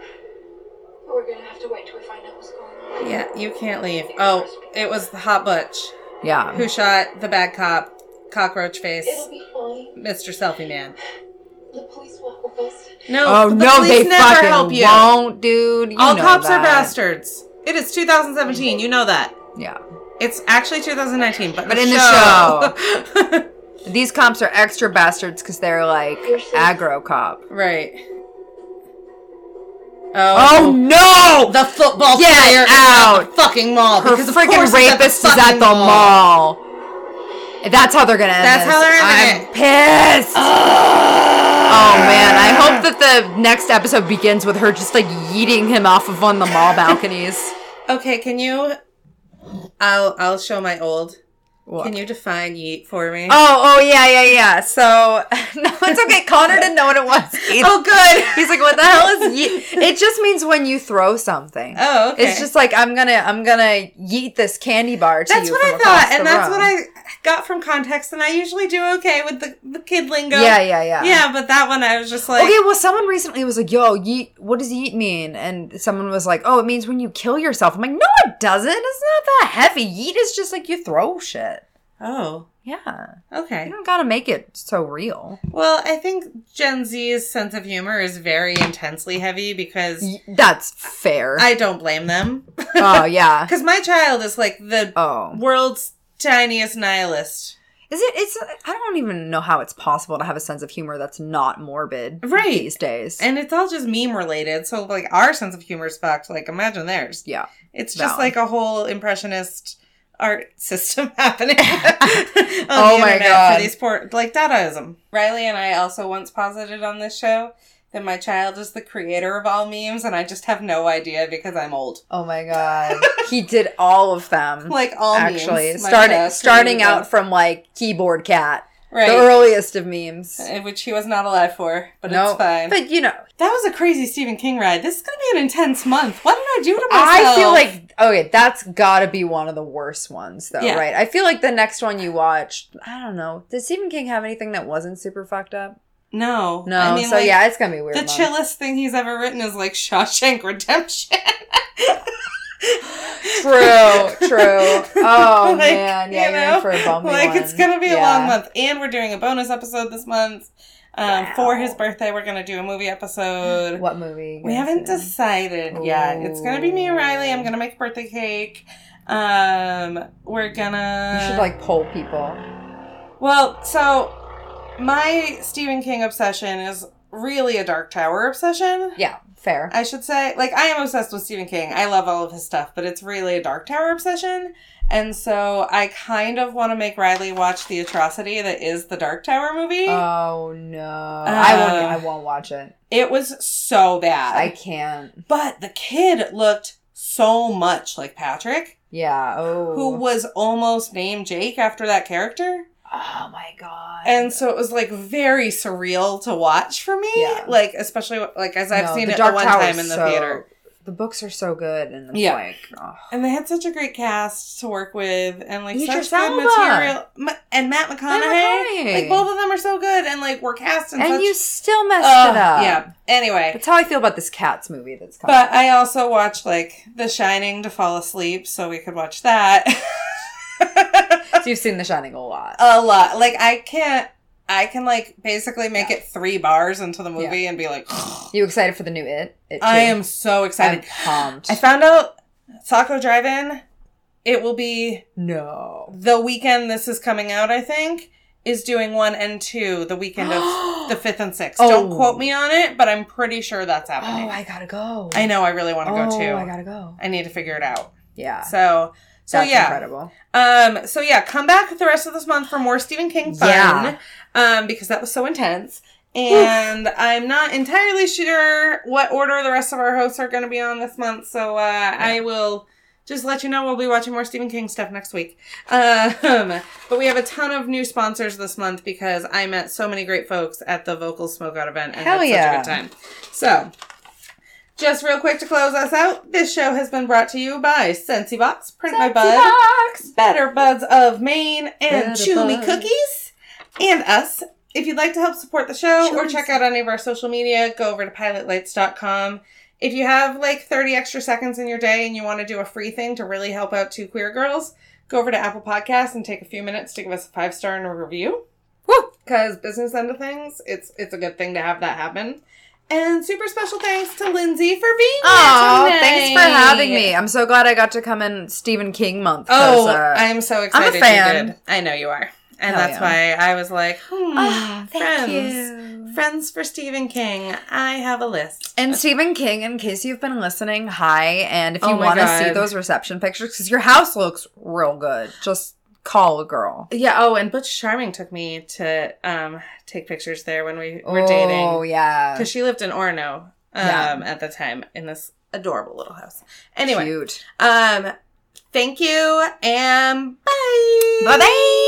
Speaker 5: We're gonna have to wait till we find out what's going on.
Speaker 1: Yeah, you can't leave. Oh, it was the hot butch.
Speaker 2: Yeah,
Speaker 1: who shot the bad cop, cockroach face,
Speaker 5: It'll be fine.
Speaker 1: Mr. Selfie Man.
Speaker 5: The police will help us.
Speaker 1: No,
Speaker 2: Oh
Speaker 1: the
Speaker 2: no,
Speaker 1: police
Speaker 2: they
Speaker 1: never
Speaker 2: fucking
Speaker 1: help you.
Speaker 2: won't, dude. You
Speaker 1: All
Speaker 2: know
Speaker 1: cops
Speaker 2: that.
Speaker 1: are bastards. It is 2017. You know that.
Speaker 2: Yeah,
Speaker 1: It's actually 2019, but,
Speaker 2: But in the
Speaker 1: show.
Speaker 2: these cops are extra bastards because they're like aggro cop.
Speaker 1: right.
Speaker 2: Oh
Speaker 1: Oh,
Speaker 2: no,
Speaker 1: the football
Speaker 2: Get
Speaker 1: player is at
Speaker 2: out.
Speaker 1: the fucking mall.
Speaker 2: her
Speaker 1: because of course
Speaker 2: freaking
Speaker 1: it's at the
Speaker 2: rapist is at
Speaker 1: fucking
Speaker 2: the mall. That's how they're gonna end
Speaker 1: That's
Speaker 2: this.
Speaker 1: how they're ending
Speaker 2: I'm pissed. Oh man, I hope that the next episode begins with her just like yeeting him off of one of the mall balconies.
Speaker 1: Okay, can you? I'll I'll show my old.
Speaker 2: What?
Speaker 1: Can you define yeet for me?
Speaker 2: Oh, oh yeah, yeah, yeah. So no, it's okay. Connor didn't know what it was. either.
Speaker 1: Oh, good.
Speaker 2: He's like, what the hell is yeet? It just means when you throw something.
Speaker 1: Oh, okay.
Speaker 2: It's just like I'm gonna I'm gonna yeet this candy bar to
Speaker 1: That's
Speaker 2: you
Speaker 1: what
Speaker 2: from
Speaker 1: I
Speaker 2: across
Speaker 1: thought, and
Speaker 2: the
Speaker 1: that's
Speaker 2: room.
Speaker 1: what I got from context. And I usually do okay with the, the kid lingo.
Speaker 2: Yeah, yeah, yeah.
Speaker 1: yeah. But that one, I was just like,
Speaker 2: okay, well, someone recently was like, "Yo, yeet, what does yeet mean?" And someone was like, "Oh, it means when you kill yourself." I'm like, "No, it doesn't. It's not that heavy. Yeet is just like you throw shit.
Speaker 1: oh,
Speaker 2: Yeah, you
Speaker 1: okay.
Speaker 2: don't gotta make it so real.
Speaker 1: Well, I think Gen Z's sense of humor is very intensely heavy because
Speaker 2: Ye- That's fair.
Speaker 1: I don't blame them.
Speaker 2: oh yeah.
Speaker 1: Because my child is like the
Speaker 2: Oh,
Speaker 1: world's tiniest nihilist.
Speaker 2: is it? It's. I don't even know how it's possible to have a sense of humor that's not morbid.
Speaker 1: Right.
Speaker 2: These days.
Speaker 1: And it's all just meme related. So, like, our sense of humor is fucked. Like, imagine theirs.
Speaker 2: yeah.
Speaker 1: It's just
Speaker 2: Valid.
Speaker 1: like a whole impressionist art system happening on
Speaker 2: Oh
Speaker 1: the
Speaker 2: my
Speaker 1: internet
Speaker 2: God.
Speaker 1: for these poor like Dadaism. Riley and I also once posited on this show that my child is the creator of all memes, and I just have no idea because I'm old.
Speaker 2: Oh my god. he did all of them.
Speaker 1: Like all
Speaker 2: actually,
Speaker 1: memes, my
Speaker 2: starting
Speaker 1: child
Speaker 2: starting
Speaker 1: created
Speaker 2: out
Speaker 1: them.
Speaker 2: from like keyboard cat, the
Speaker 1: right,
Speaker 2: earliest of memes.
Speaker 1: Uh, which he was not alive for, but
Speaker 2: No,
Speaker 1: it's fine.
Speaker 2: But you know,
Speaker 1: that was a crazy Stephen King ride. This is gonna be an intense month. What did I do to myself?
Speaker 2: I feel like okay, that's got to be one of the worst ones though,
Speaker 1: Yeah.
Speaker 2: right? I feel like the next one you watched, I don't know. Did Stephen King have anything that wasn't super fucked up?
Speaker 1: no,
Speaker 2: No.
Speaker 1: I mean,
Speaker 2: so
Speaker 1: like,
Speaker 2: yeah, it's gonna be a weird.
Speaker 1: The
Speaker 2: month.
Speaker 1: chillest thing he's ever written is like Shawshank Redemption.
Speaker 2: True, true. Oh
Speaker 1: Like,
Speaker 2: man, yeah,
Speaker 1: you
Speaker 2: you are
Speaker 1: know,
Speaker 2: in for a bumpy
Speaker 1: like
Speaker 2: one.
Speaker 1: it's gonna be a
Speaker 2: Yeah.
Speaker 1: long month, and we're doing a bonus episode this month. Um, For his birthday, we're gonna do a movie episode.
Speaker 2: What movie?
Speaker 1: We haven't decided yet. It's gonna be me and Riley. I'm gonna make a birthday cake. Um, we're gonna.
Speaker 2: You should like poll people.
Speaker 1: Well, so my Stephen King obsession is really a Dark Tower obsession.
Speaker 2: Yeah, fair.
Speaker 1: I should say. Like, I am obsessed with Stephen King. I love all of his stuff, but it's really a Dark Tower obsession. And so I kind of want to make Riley watch the atrocity that is the Dark Tower movie.
Speaker 2: Oh no, I won't.
Speaker 1: Uh,
Speaker 2: I won't watch it.
Speaker 1: it was so bad.
Speaker 2: I can't.
Speaker 1: but the kid looked so much like Patrick,
Speaker 2: Yeah. Oh.
Speaker 1: who was almost named Jake after that character.
Speaker 2: Oh my god.
Speaker 1: And so it was like very surreal to watch for me.
Speaker 2: Yeah.
Speaker 1: Like, especially like as I've
Speaker 2: No,
Speaker 1: seen
Speaker 2: The
Speaker 1: it
Speaker 2: Dark
Speaker 1: the one
Speaker 2: Tower
Speaker 1: time
Speaker 2: is
Speaker 1: in the
Speaker 2: so-
Speaker 1: theater.
Speaker 2: The books are so good, and it's
Speaker 1: Yeah.
Speaker 2: like, oh,
Speaker 1: And they had such a great cast to work with, and like
Speaker 2: Idris
Speaker 1: such good
Speaker 2: Elba.
Speaker 1: material. Ma- and Matt McConaughey.
Speaker 2: McConaughey.
Speaker 1: like both of them are so good, and like were cast in
Speaker 2: and
Speaker 1: such.
Speaker 2: you still messed
Speaker 1: Ugh,
Speaker 2: it up.
Speaker 1: Yeah. Anyway,
Speaker 2: That's how I feel about this Cats movie that's coming.
Speaker 1: but I also watched like The Shining to fall asleep, so we could watch that
Speaker 2: so you've seen The Shining a lot.
Speaker 1: a lot. Like I can't. I can like basically make it three bars into the movie and be like,
Speaker 2: you excited for the new It? it
Speaker 1: I
Speaker 2: too?
Speaker 1: am so
Speaker 2: I'm
Speaker 1: excited.
Speaker 2: pumped.
Speaker 1: I found out Saco Drive-In. It will be
Speaker 2: no.
Speaker 1: the weekend this is coming out, I think, is doing one and two the weekend of the fifth and sixth. Don't
Speaker 2: Oh.
Speaker 1: quote me on it, but I'm pretty sure that's
Speaker 2: Oh,
Speaker 1: happening.
Speaker 2: I gotta go.
Speaker 1: I, know I really want to go
Speaker 2: oh,
Speaker 1: too.
Speaker 2: I gotta go.
Speaker 1: I need to figure it out.
Speaker 2: Yeah.
Speaker 1: So so
Speaker 2: That's
Speaker 1: yeah.
Speaker 2: incredible.
Speaker 1: Um so yeah, come back the rest of this month for more Stephen King fun.
Speaker 2: Yeah.
Speaker 1: Um, because that was so intense. And I'm not entirely sure what order the rest of our hosts are gonna be on this month, so uh, I will just let you know we'll be watching more Stephen King stuff next week. Um, but we have a ton of new sponsors this month because I met so many great folks at the Vocal Smokeout event and
Speaker 2: Hell
Speaker 1: had
Speaker 2: yeah.
Speaker 1: such a good time. So, just real quick to close us out, this show has been brought to you by SensiBox, Print My Bud, Better Buds of Maine, and
Speaker 2: Better
Speaker 1: Chew Me
Speaker 2: Buds.
Speaker 1: Cookies, and us. If you'd like to help support the show or check out any of our social media, go over to pilotlights.com if you have like 30 extra seconds in your day and you want to do a free thing to really help out two queer girls, go over to Apple Podcasts and take a few minutes to give us a five star and a review. Woo! Because business end of things, it's it's a good thing to have that happen. And super special thanks to Lindsay for being
Speaker 2: Oh,
Speaker 1: here. Tonight.
Speaker 2: thanks for having me. I'm so glad I got to come in Stephen King month.
Speaker 1: Oh,
Speaker 2: 'cause, uh,
Speaker 1: I'm so excited. you
Speaker 2: fan.
Speaker 1: did. I know you are. And
Speaker 2: Hell
Speaker 1: that's why I was like, hmm, friends.
Speaker 2: Ah, you.
Speaker 1: Friends for Stephen King. I have a list.
Speaker 2: And Stephen King, in case you've been listening, hi. And if you
Speaker 1: Oh my
Speaker 2: want to see
Speaker 1: God.
Speaker 2: those reception pictures, because your house looks real good, just call a girl.
Speaker 1: Yeah. Oh, and Butch Charming took me to um, take pictures there when we were
Speaker 2: Oh,
Speaker 1: dating
Speaker 2: yeah.
Speaker 1: because she lived in Orono um,
Speaker 2: Yeah.
Speaker 1: at the time in this adorable little house. Anyway,
Speaker 2: Cute.
Speaker 1: um, thank you and bye.
Speaker 2: Bye bye.